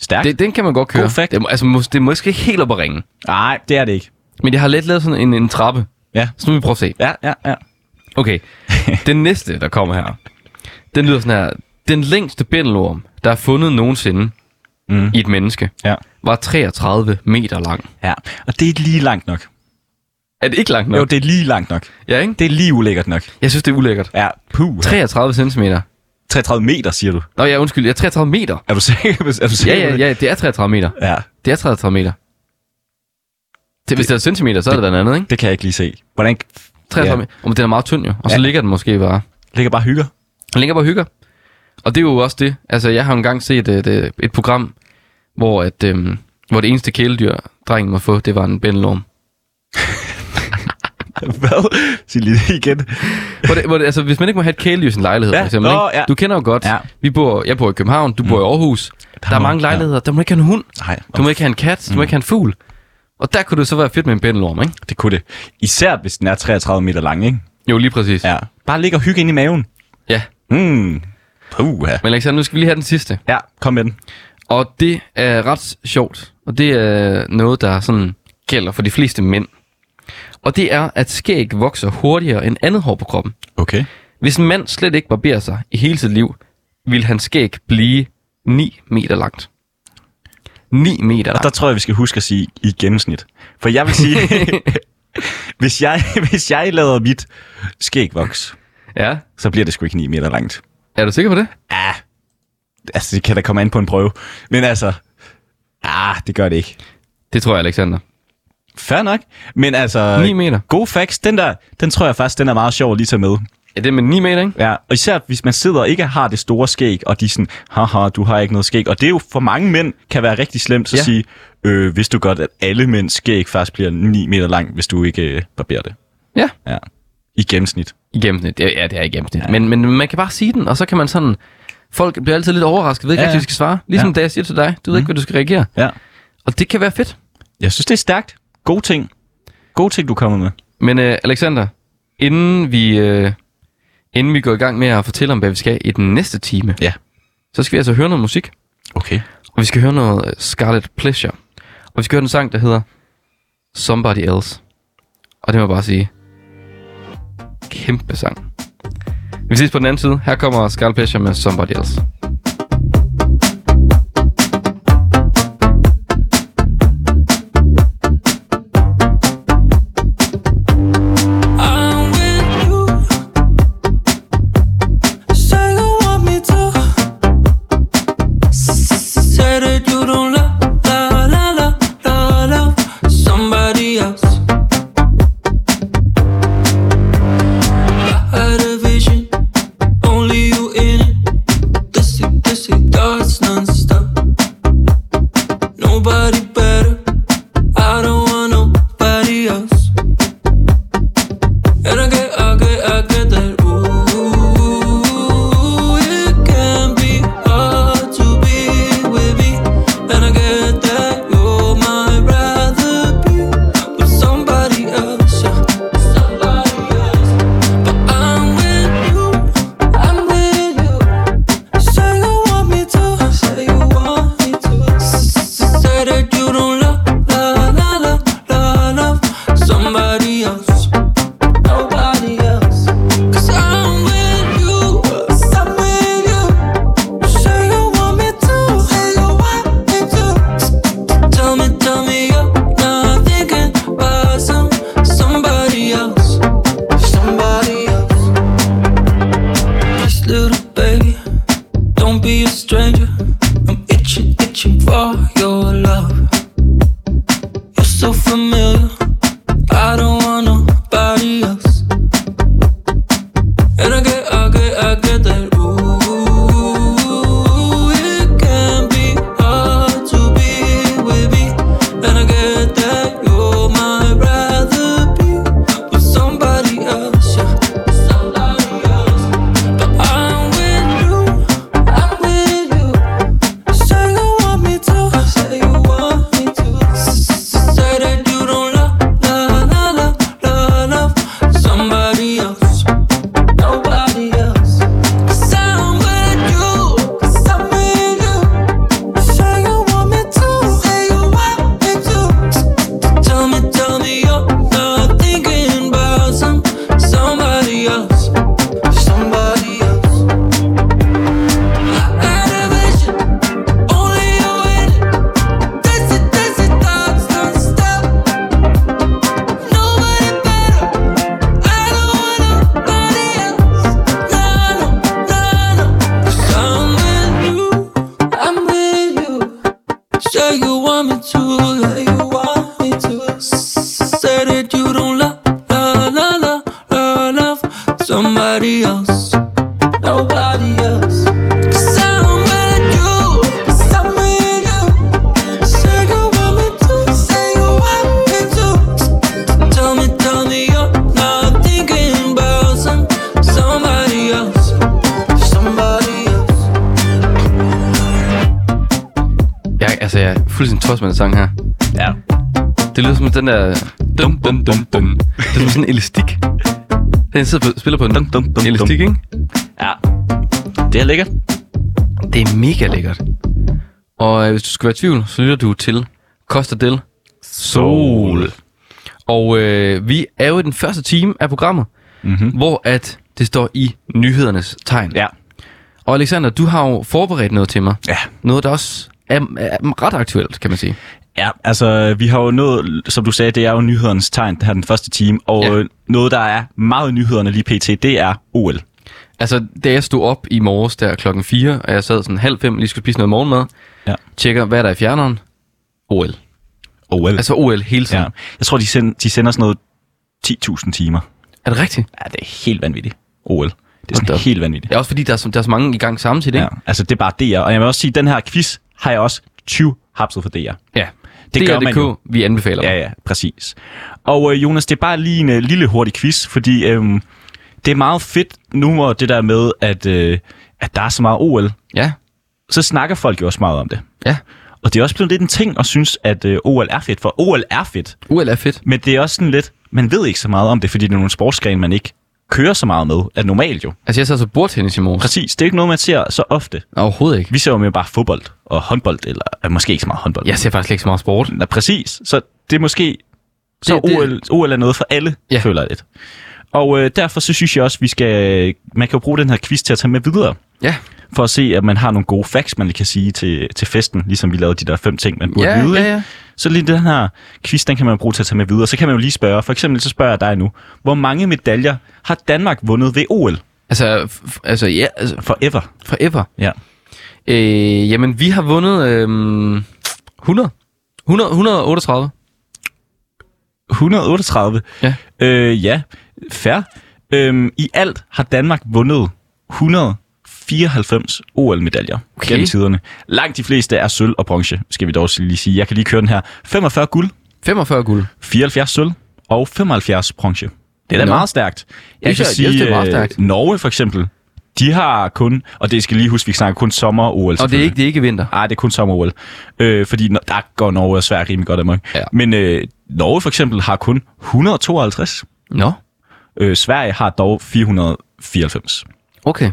Speaker 2: Stærkt?
Speaker 3: det, den kan man godt køre.
Speaker 2: God fact.
Speaker 3: Det, er- altså, mås- det er måske ikke helt op at ringe.
Speaker 2: Nej, det er det ikke.
Speaker 3: Men jeg har let lavet sådan en, en trappe.
Speaker 2: Ja.
Speaker 3: Så nu vil vi prøve at se.
Speaker 2: Ja, ja, ja.
Speaker 3: Okay, den næste, der kommer her, den lyder sådan her. Den længste bindelorm, der er fundet nogensinde mm. i et menneske,
Speaker 2: Ja.
Speaker 3: var 33 meter lang.
Speaker 2: ja. Og det er lige langt nok.
Speaker 3: Er det ikke langt nok?
Speaker 2: Jo, det er lige langt nok.
Speaker 3: Ja, ikke?
Speaker 2: Det er lige ulækkert nok.
Speaker 3: Jeg synes, det er ulækkert.
Speaker 2: Ja, puh.
Speaker 3: 33 cm.
Speaker 2: 33 meter, siger du.
Speaker 3: Nå, ja, undskyld. Ja, 33 meter.
Speaker 2: Er du sikker? Er du sikker
Speaker 3: Ja, ja,
Speaker 2: på det?
Speaker 3: ja, det er 33 meter.
Speaker 2: ja.
Speaker 3: Det er 33 meter. Det, hvis det er centimeter, så er det, det noget andet, ikke?
Speaker 2: Det kan jeg ikke lige se. Hvordan?
Speaker 3: 33
Speaker 2: Ja.
Speaker 3: meter. Oh, men den er meget tynd jo, og så
Speaker 2: Ja.
Speaker 3: ligger den måske bare.
Speaker 2: Ligger bare og hygger.
Speaker 3: Den ligger bare og hygger. Og det er jo også det. Altså, jeg har jo engang set et, et, et program, hvor, at, øhm, hvor det eneste kæledyr, drengen må få, det var en bændelorm.
Speaker 2: Hvad? Sig lige det igen.
Speaker 3: Hvor det, hvor det, altså, hvis man ikke må have et kæledyr i sin lejlighed,
Speaker 2: Ja,
Speaker 3: for eksempel,
Speaker 2: nå,
Speaker 3: ikke?
Speaker 2: ja.
Speaker 3: Du kender jo godt.
Speaker 2: Ja. Mm.
Speaker 3: Vi bor, jeg bor i København, du bor i Aarhus. Der, er
Speaker 2: må-
Speaker 3: mange
Speaker 2: ja.
Speaker 3: lejligheder. Der må du ikke have en hund.
Speaker 2: Nej, Mm.
Speaker 3: Du må ikke have en kat, du må ikke have en fugl. Og der kunne det så være fedt med en bændelorm, ikke?
Speaker 2: det kunne det. Især hvis den er 33 meter lang, ikke?
Speaker 3: Jo, lige præcis.
Speaker 2: Ja. Bare ligge og hygge ind i maven.
Speaker 3: ja.
Speaker 2: Mm. Puh, ja.
Speaker 3: Men Alexander, nu skal vi lige have den sidste.
Speaker 2: ja, kom med den.
Speaker 3: Og det er ret sjovt. Og det er noget, der sådan gælder for de fleste mænd. Og det er, at skæg vokser hurtigere end andet hår på kroppen.
Speaker 2: Okay.
Speaker 3: Hvis en mand slet ikke barberer sig i hele sit liv, vil hans skæg blive 9 meter langt. 9 meter
Speaker 2: Og der
Speaker 3: langt.
Speaker 2: tror jeg, vi skal huske at sige i gennemsnit. For jeg vil sige, hvis, jeg, hvis jeg lader mit skæg vokse,
Speaker 3: Ja,
Speaker 2: så bliver det sgu ikke 9 meter langt.
Speaker 3: er du sikker på det?
Speaker 2: Ja, altså det kan da komme an på en prøve. Men altså, ah, det gør det ikke.
Speaker 3: Det tror jeg, Alexander.
Speaker 2: Fair nok. Men altså...
Speaker 3: 9 meter.
Speaker 2: Gode facts. Den der, den tror jeg faktisk, den er meget sjov at lige tage med.
Speaker 3: Ja, det er med 9 meter, ikke?
Speaker 2: Ja, og især hvis man sidder og ikke har det store skæg, og de er sådan, haha, du har ikke noget skæg. Og det er jo for mange mænd, kan være rigtig slemt så
Speaker 3: Ja.
Speaker 2: at sige, øh, hvis du godt, at alle mænds skæg faktisk bliver 9 meter lang, hvis du ikke øh, barberer det.
Speaker 3: Ja.
Speaker 2: Ja. I gennemsnit.
Speaker 3: I gennemsnit. Ja, ja, det er i gennemsnit. Ja. Men, men man kan bare sige den, og så kan man sådan... Folk bliver altid lidt overrasket, ved ikke
Speaker 2: Ja, ja.
Speaker 3: ja, rigtig,
Speaker 2: Mhm.
Speaker 3: hvad de skal svare. Ligesom ja. da jeg siger til dig, du ved ikke, hvad du skal reagere.
Speaker 2: Ja.
Speaker 3: Og det kan være fedt.
Speaker 2: Jeg synes, det er stærkt. Gode ting. Gode ting, du kommer med.
Speaker 3: Men øh, Alexander, inden vi, øh, inden vi går i gang med at fortælle om, hvad vi skal i den næste time,
Speaker 2: Ja.
Speaker 3: så skal vi altså høre noget musik.
Speaker 2: Okay.
Speaker 3: Og vi skal høre noget øh, Scarlet Pleasure. Og vi skal høre en sang, der hedder Somebody Else. Og det må jeg bare sige. Kæmpe sang. Vi ses på den anden side. Her kommer Scarlet Pleasure med Somebody Else.
Speaker 5: I'm with you. Say you want me to. Say that you don't love, love, love, love, love somebody else. I had a vision, only you in it. This it, this it, thoughts non-stop. Nobody better. I don't want nobody else. And I get, I get, I get that ooh, it can be hard to be with me. And I get that you might rather be with somebody else, yeah. somebody else. But I'm with you, I'm with you. Say you want me to, say you want me to. Say that you don't love, love, love, love, love somebody else nobody else. Cause I'm with you, I'm with you. Say you want me to, say you want me to. Tell me, tell me you're not thinking about some, somebody else, somebody else. This little baby, don't be a stranger. I'm itching, itching for your love. You're so familiar. I don't want nobody else. And I get, I get, I get that. Ooh, it can be hard to be with me. And I get that you might rather be with somebody else. Yeah. Somebody else. But I'm with you. I'm with you. Say you want me to, say you want me to. Say that you don't love, love, love, love, love somebody else, nobody else. 'Cause I'm with you, 'cause I'm with you. Say you want me to, say you want me to. Tell me, tell me you're not thinking about some somebody else, somebody else. I had a vision. Only you in it. This is this is thoughts non-stop. Nobody better. I don't want nobody else. No, no, no, no. I'm with you. I'm with you. Say you want me to. Say you want me to. Say that you don't love, love, love, love, love somebody else. Nobody else. Cause I'm with you, cause I'm with you. Say you want me to, say you want me to. Tell me, tell me you're not thinking about some somebody else, somebody else.
Speaker 3: Jeg, altså, jeg er fuldstændig tosset med den sang her.
Speaker 2: Ja.
Speaker 3: Det lyder som den der... Dum, dum, dum, dum. Det er som sådan en elastik. Den sidder på, spiller på en
Speaker 2: Dum, dum, dum, dum.
Speaker 3: elastik, ikke?
Speaker 2: Ja. Det er lækkert.
Speaker 3: Det er mega lækkert. Og øh, hvis du skal være i tvivl, så lytter du til Costa del Sol. Og øh, vi er jo i den første time af programmet, mm-hmm. hvor at det står i nyhedernes tegn.
Speaker 2: Mhm. Ja.
Speaker 3: Og Alexander, du har jo forberedt noget til mig.
Speaker 2: Ja.
Speaker 3: Noget, der også er, er ret aktuelt, kan man sige.
Speaker 2: Ja, altså vi har jo nået, som du sagde, det er jo nyhedernes tegn, det her den første time, og
Speaker 3: Ja.
Speaker 2: ja. noget, der er meget i nyhederne lige pt, det er OL.
Speaker 3: Altså, da jeg stod op i morges der klokken 4, og jeg sad sådan halv fem, lige skulle spise noget morgenmad,
Speaker 2: Ja.
Speaker 3: tjekker, hvad er der i fjerneren? OL.
Speaker 2: OL. Altså,
Speaker 3: Altså OL hele tiden.
Speaker 2: ja. Jeg tror, de, send, de sender sådan noget 10.000 timer.
Speaker 3: Er det rigtigt?
Speaker 2: Ja, det er helt vanvittigt. OL. Det er
Speaker 3: da
Speaker 2: sådan
Speaker 3: op.
Speaker 2: helt vanvittigt.
Speaker 3: Det er også fordi, der er, så- der er så mange i gang samtidig,
Speaker 2: Ja.
Speaker 3: ikke?
Speaker 2: Altså, det er bare DR. Og jeg vil også sige, at den her quiz har jeg også 20 hapset for DR.
Speaker 3: Ja.
Speaker 2: Det gør man jo.
Speaker 3: vi anbefaler.
Speaker 2: Ja, ja, præcis. Og øh, Jonas, det er bare lige en øh, lille hurtig quiz, fordi øhm, det er meget fedt nu, og det der med, at, øh, at der er så meget OL.
Speaker 3: Ja,
Speaker 2: Så snakker folk jo også meget om det.
Speaker 3: ja.
Speaker 2: Og det er også blevet lidt en ting at synes, at øh, OL er fedt, for OL er fedt.
Speaker 3: OL er fedt.
Speaker 2: Men det er også sådan lidt, man ved ikke så meget om det, fordi det er nogle sportsgren, man ikke kører så meget med, er normalt jo.
Speaker 3: Altså, jeg sad så bordtennis i morges.
Speaker 2: Præcis, det er ikke noget, man ser så ofte.
Speaker 3: Overhovedet ikke.
Speaker 2: Vi ser jo mere bare fodbold og håndbold, eller øh, måske ikke så meget håndbold.
Speaker 3: Jeg ser faktisk ikke så meget sport.
Speaker 2: Ja, præcis. Så det er måske... Så
Speaker 3: Det-
Speaker 2: det,
Speaker 3: det-
Speaker 2: OL, det. OL er noget for alle,
Speaker 3: Ja.
Speaker 2: ja. føler jeg lidt. Og øh, derfor så synes jeg også, vi skal... Man kan jo bruge den her quiz til at tage med videre.
Speaker 3: Ja.
Speaker 2: For at se, at man har nogle gode facts, man lige kan sige til, til festen. Ligesom vi lavede de der fem ting, man burde
Speaker 3: Ja,
Speaker 2: vide.
Speaker 3: ja,
Speaker 2: ikke?
Speaker 3: ja.
Speaker 2: Så lige den her quiz, den kan man bruge til at tage med videre. Så kan man jo lige spørge. For eksempel så spørger jeg dig nu. Hvor mange medaljer har Danmark vundet ved OL?
Speaker 3: Altså, f- f- altså ja, altså,
Speaker 2: Forever.
Speaker 3: forever.
Speaker 2: Ja.
Speaker 3: Øh, jamen, vi har vundet øh, 100. 100. 138.
Speaker 2: 138.
Speaker 3: Ja.
Speaker 2: Øh, ja, fair. Øhm, I alt har Danmark vundet 194 OL-medaljer
Speaker 3: Okay.
Speaker 2: okay. gennem tiderne. Langt de fleste er sølv og bronze, skal vi dog lige sige. Jeg kan lige køre den her. 45 guld,
Speaker 3: 45 guld.
Speaker 2: 74 sølv og 75 bronze. Det er da
Speaker 3: Nå.
Speaker 2: meget stærkt.
Speaker 3: synes jeg- jeg synes, det er meget stærkt.
Speaker 2: øh, Norge for eksempel, de har kun, og det skal lige huske, vi snakker kun sommer-OL.
Speaker 3: Og det er ikke, det er ikke vinter.
Speaker 2: Nej, det er kun sommer-OL. Øh, fordi no- der går Norge og Sverige rimelig godt amok.
Speaker 3: Ja.
Speaker 2: Men øh, Norge for eksempel har kun 152.
Speaker 3: Nå,
Speaker 2: Øh, Sverige har dog 494.
Speaker 3: okay.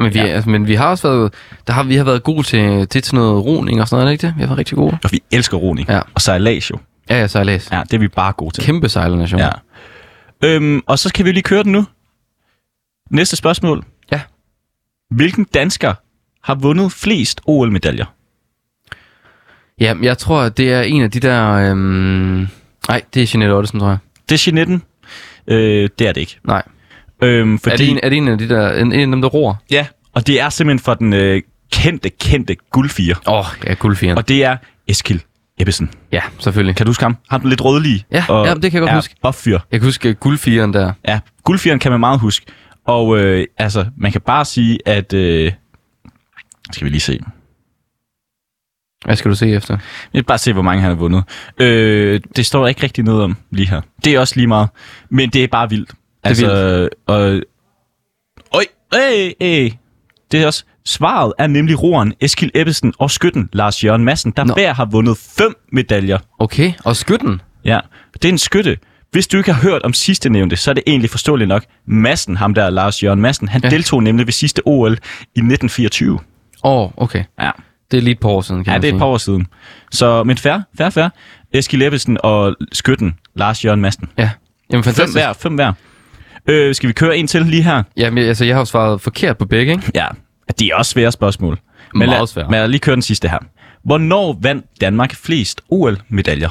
Speaker 3: Men vi, ja.
Speaker 2: Ja.
Speaker 3: altså, men vi har også været, der har, vi har været gode til, til sådan noget roning og sådan noget, er det ikke det? Vi har været rigtig gode.
Speaker 2: Og vi elsker roning.
Speaker 3: Ja.
Speaker 2: Og sejlads jo.
Speaker 3: Ja, ja, sejlads. Ja.
Speaker 2: Ja, det er vi bare gode til.
Speaker 3: Kæmpe sejlernation.
Speaker 2: Ja. Øhm, og så skal vi lige køre den nu. Næste spørgsmål.
Speaker 3: Ja.
Speaker 2: Hvilken dansker har vundet flest OL-medaljer?
Speaker 3: ja, jeg tror, det er en af de der... Øhm... Nej, det er Jeanette Ottesen, tror jeg.
Speaker 2: Det er Jeanetten. Øh, det er det ikke.
Speaker 3: Nej.
Speaker 2: Øhm,
Speaker 3: Fordi...
Speaker 2: fordi,
Speaker 3: Er, det en, er det en af de der... En, en af dem, der roer?
Speaker 2: Ja, og det er simpelthen for den øh, kendte, kendte guldfire.
Speaker 3: Åh, oh, ja, guldfjeren.
Speaker 2: Og det er Eskil Ebbesen.
Speaker 3: Ja, selvfølgelig.
Speaker 2: Kan du huske ham? Han blev lidt rødlig.
Speaker 3: Ja, ja, det kan jeg godt
Speaker 2: er
Speaker 3: huske.
Speaker 2: Opfyr.
Speaker 3: Jeg kan huske guldfjeren der.
Speaker 2: Ja, guldfjeren kan man meget huske. Og øh, altså, man kan bare sige, at... Øh, skal vi lige se.
Speaker 3: Hvad skal du se efter?
Speaker 2: Vi kan bare se, hvor mange han har vundet. Øh, det står der ikke rigtig noget om lige her. Det er også lige meget. Men det er bare vildt. altså, vildt. Og, øj, øj, øj. Det er også... Svaret er nemlig roeren Eskil Ebbesen og skytten Lars Jørgen Madsen, der
Speaker 3: Nå.
Speaker 2: Nå. hver har vundet fem medaljer.
Speaker 3: Okay, og skytten.
Speaker 2: Ja, det er en skytte. Hvis du ikke har hørt om sidste nævnte, så er det egentlig forståeligt nok. Massen, ham der Lars Jørgen Massen, han
Speaker 3: Ja.
Speaker 2: ja. deltog nemlig ved sidste OL i 1924.
Speaker 3: Åh, oh, okay.
Speaker 2: Ja,
Speaker 3: Det er lige et par år siden, kan
Speaker 2: ja
Speaker 3: man
Speaker 2: det er et
Speaker 3: sige.
Speaker 2: par år siden. Så, men fair, fair, fair. Eskil Ebbesen og skytten Lars Jørgen Massen.
Speaker 3: Ja. Jamen,
Speaker 2: Fem
Speaker 3: fantastisk.
Speaker 2: hver, fem hver. Øh, skal vi køre en til lige her?
Speaker 3: Jamen, altså, jeg har jo svaret forkert på begge, ikke?
Speaker 2: Ja, det er også svære spørgsmål. Men
Speaker 3: Meget
Speaker 2: lad,
Speaker 3: svære.
Speaker 2: Men lad lige køre den sidste her. Hvornår vandt Danmark flest OL-medaljer?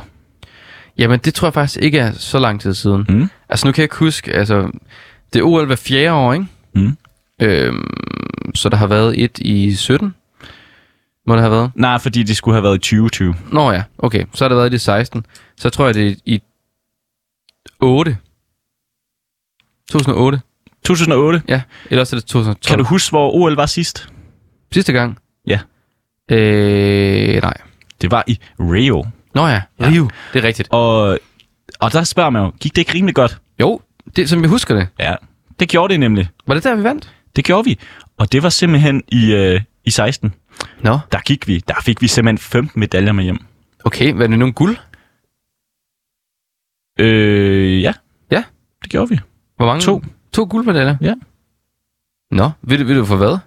Speaker 3: Jamen, det tror jeg faktisk ikke er så lang tid siden. Mm. Altså, nu kan jeg ikke huske, altså, det er OL hver fjerde år, ikke?
Speaker 2: Mm.
Speaker 3: Øhm, så der har været et i 17, må det have været.
Speaker 2: Nej, fordi det skulle have været i 2020.
Speaker 3: Nå ja, okay, så har der været et i 16. Så tror jeg, det er i 8. 2008,
Speaker 2: 2008.
Speaker 3: ja. Eller også er det 2012.
Speaker 2: Kan du huske, hvor OL var sidst?
Speaker 3: Sidste gang?
Speaker 2: Ja.
Speaker 3: Øh, nej.
Speaker 2: Det var i Rio.
Speaker 3: Nå ja, Rio. Det er rigtigt.
Speaker 2: Og, og der spørger man jo, gik det ikke rimelig godt?
Speaker 3: Jo, det, som jeg husker det.
Speaker 2: Ja. Det gjorde det nemlig.
Speaker 3: Var det der, vi vandt?
Speaker 2: Det gjorde vi. Og det var simpelthen i, øh, i 16.
Speaker 3: Nå.
Speaker 2: Der gik vi. Der fik vi simpelthen 15 medaljer med hjem.
Speaker 3: Okay, var det nogle guld?
Speaker 2: Øh, ja.
Speaker 3: Ja.
Speaker 2: Det gjorde vi.
Speaker 3: Hvor mange?
Speaker 2: To.
Speaker 3: To guldmedaljer?
Speaker 2: Ja.
Speaker 3: Nå, ved du, ved du for hvad?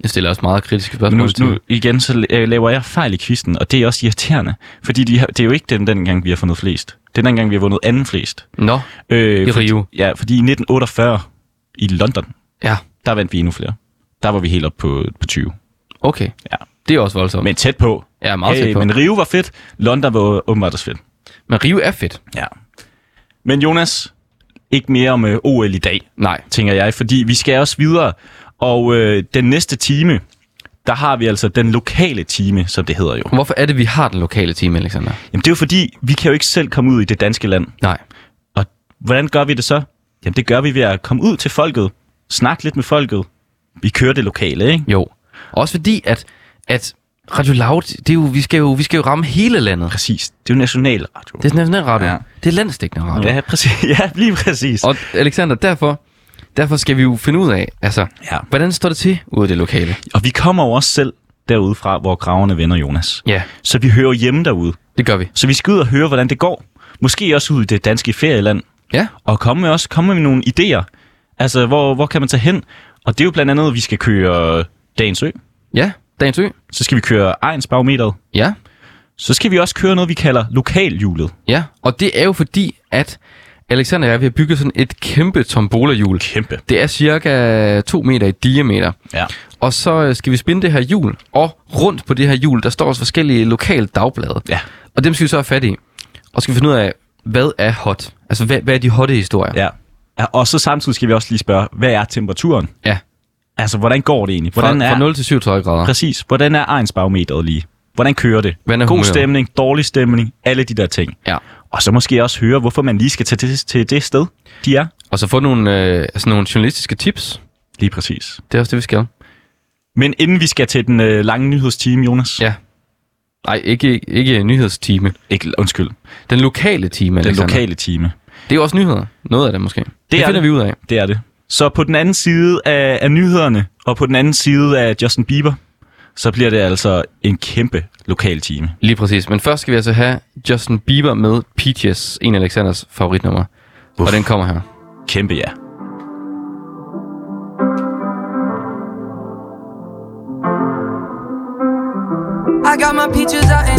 Speaker 3: Jeg stiller også meget kritiske spørgsmål.
Speaker 2: Nu,
Speaker 3: til-
Speaker 2: nu igen, så øh, laver jeg fejl i kvisten, og det er også irriterende. Fordi de, har- det er jo ikke den, den gang, vi har fundet flest. Det er den gang, vi har vundet anden flest.
Speaker 3: Nå,
Speaker 2: Øh,
Speaker 3: I
Speaker 2: fordi-
Speaker 3: Rio.
Speaker 2: Ja, fordi i 1948 i London,
Speaker 3: ja,
Speaker 2: der vandt vi endnu flere. Der var vi helt op på, på 20.
Speaker 3: okay.
Speaker 2: Ja.
Speaker 3: Det er også voldsomt.
Speaker 2: Men tæt på. Øh,
Speaker 3: ja, meget hey, på. Men...
Speaker 2: Men Rio var fedt. London var åbenbart også fedt.
Speaker 3: men Rio er fedt.
Speaker 2: Ja. Men Jonas, ikke mere om øh, OL i dag,
Speaker 3: Nej.
Speaker 2: tænker jeg, fordi vi skal også videre. Og øh, den næste time, der har vi altså den lokale time, som det hedder jo.
Speaker 3: Hvorfor er det, vi har den lokale team, Alexander?
Speaker 2: Jamen det er jo fordi, vi kan jo ikke selv komme ud i det danske land.
Speaker 3: Nej.
Speaker 2: Og hvordan gør vi det så? Jamen det gør vi ved at komme ud til folket, snakke lidt med folket. Vi kører det lokale, ikke?
Speaker 3: Jo. Også fordi, at, at Radio Loud, det er jo, vi, skal jo, vi skal jo ramme hele landet.
Speaker 2: Præcis. Det er jo nationalradio.
Speaker 3: Det er sådan en radio. Ja.
Speaker 2: Ja.
Speaker 3: Det er landstækkende radio.
Speaker 2: Ja, præcis. Ja, lige præcis.
Speaker 3: Og Alexander, derfor, derfor skal vi jo finde ud af, altså,
Speaker 2: Ja.
Speaker 3: hvordan står det til ude af det lokale?
Speaker 2: Og vi kommer jo også selv derudefra, hvor graverne vender Jonas.
Speaker 3: Ja,
Speaker 2: Så vi hører hjemme derude.
Speaker 3: det gør vi.
Speaker 2: Så vi skal ud og høre, hvordan det går. Måske også ud i det danske ferieland.
Speaker 3: Ja,
Speaker 2: Og komme med, også, komme med nogle idéer. Altså, hvor, hvor kan man tage hen? Og det er jo blandt andet, at vi skal køre Dagens Ø.
Speaker 3: Ja, dagens ø.
Speaker 2: Så skal vi køre Ejens Barometeret.
Speaker 3: Ja,
Speaker 2: Så skal vi også køre noget, vi kalder lokalhjulet.
Speaker 3: ja. Og det er jo fordi, at Alexander og jeg, vi har bygget sådan et kæmpe tombolahjul.
Speaker 2: Kæmpe.
Speaker 3: Det er cirka 2 meter i diameter.
Speaker 2: Ja.
Speaker 3: Og så øh, skal vi spinde det her hjul, og rundt på det her hjul, der står også forskellige lokale dagblade.
Speaker 2: Ja.
Speaker 3: Og dem skal vi så have fat i. Og skal vi finde ud af, hvad er hot? Altså, hvad, hvad er de hotte historier?
Speaker 2: ja. Ja, Og så samtidig skal vi også lige spørge, hvad er temperaturen?
Speaker 3: ja.
Speaker 2: Altså, hvordan går det egentlig?
Speaker 3: Fra,
Speaker 2: Hvordan er,
Speaker 3: fra 0 til 37 grader.
Speaker 2: Præcis. Hvordan er Ejens Barometeret lige? Hvordan kører det?
Speaker 3: Hvordan er
Speaker 2: God
Speaker 3: humøret?
Speaker 2: stemning, dårlig stemning, alle de der ting.
Speaker 3: Ja.
Speaker 2: Og så måske også høre, hvorfor man lige skal tage det, til det sted, de er.
Speaker 3: Og så få nogle, øh, sådan nogle journalistiske tips.
Speaker 2: Lige præcis.
Speaker 3: Det er også det, vi skal.
Speaker 2: Men inden vi skal til den øh, lange nyhedstime, Jonas.
Speaker 3: Ja. Nej, ikke, ikke nyhedstime.
Speaker 2: Ikke, undskyld.
Speaker 3: Den lokale time,
Speaker 2: Den
Speaker 3: Alexander.
Speaker 2: lokale time.
Speaker 3: Det er jo også nyheder. Noget af det måske. Det, det
Speaker 2: er
Speaker 3: finder
Speaker 2: det.
Speaker 3: vi ud af.
Speaker 2: Det er det. Så på den anden side af, af nyhederne, og på den anden side af Justin Bieber, så bliver det altså en kæmpe lokal time.
Speaker 3: Lige præcis. Men først skal vi altså have Justin Bieber med Peaches, en af Alexanders favoritnummer. Uff. Og den kommer her.
Speaker 2: Kæmpe ja.
Speaker 6: I got my peaches out in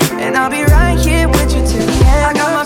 Speaker 6: and I'll be right here with you till the end. I got my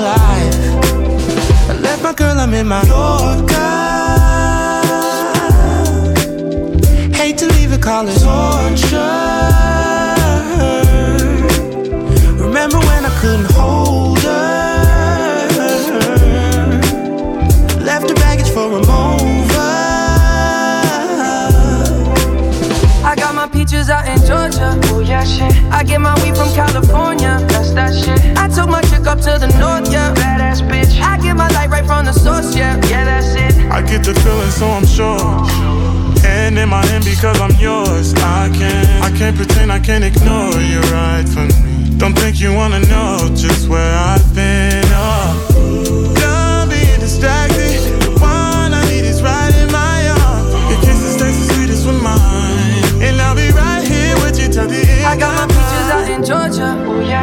Speaker 7: life. I left my girl, I'm in my Yorker. Hate to leave it, call it torture. Remember when I couldn't hold her? Left her baggage for a mover.
Speaker 6: I got my peaches out in Georgia. Oh yeah, shit. I get my weed from California. That's that shit. I took my chick up to the north, yeah. Badass bitch. I get my light right from the source, yeah. Yeah, that's it.
Speaker 8: I get the feeling, so I'm sure. And in my hand because I'm yours. I can't, I can't pretend, I can't ignore you right from me. Don't think you wanna know just where I've been. Oh, done being distracted. The one I need is right in my arms. Your kisses taste the sweetest with mine, and I'll be right here with you till the end.
Speaker 6: I got my peaches out in Georgia. Oh yeah,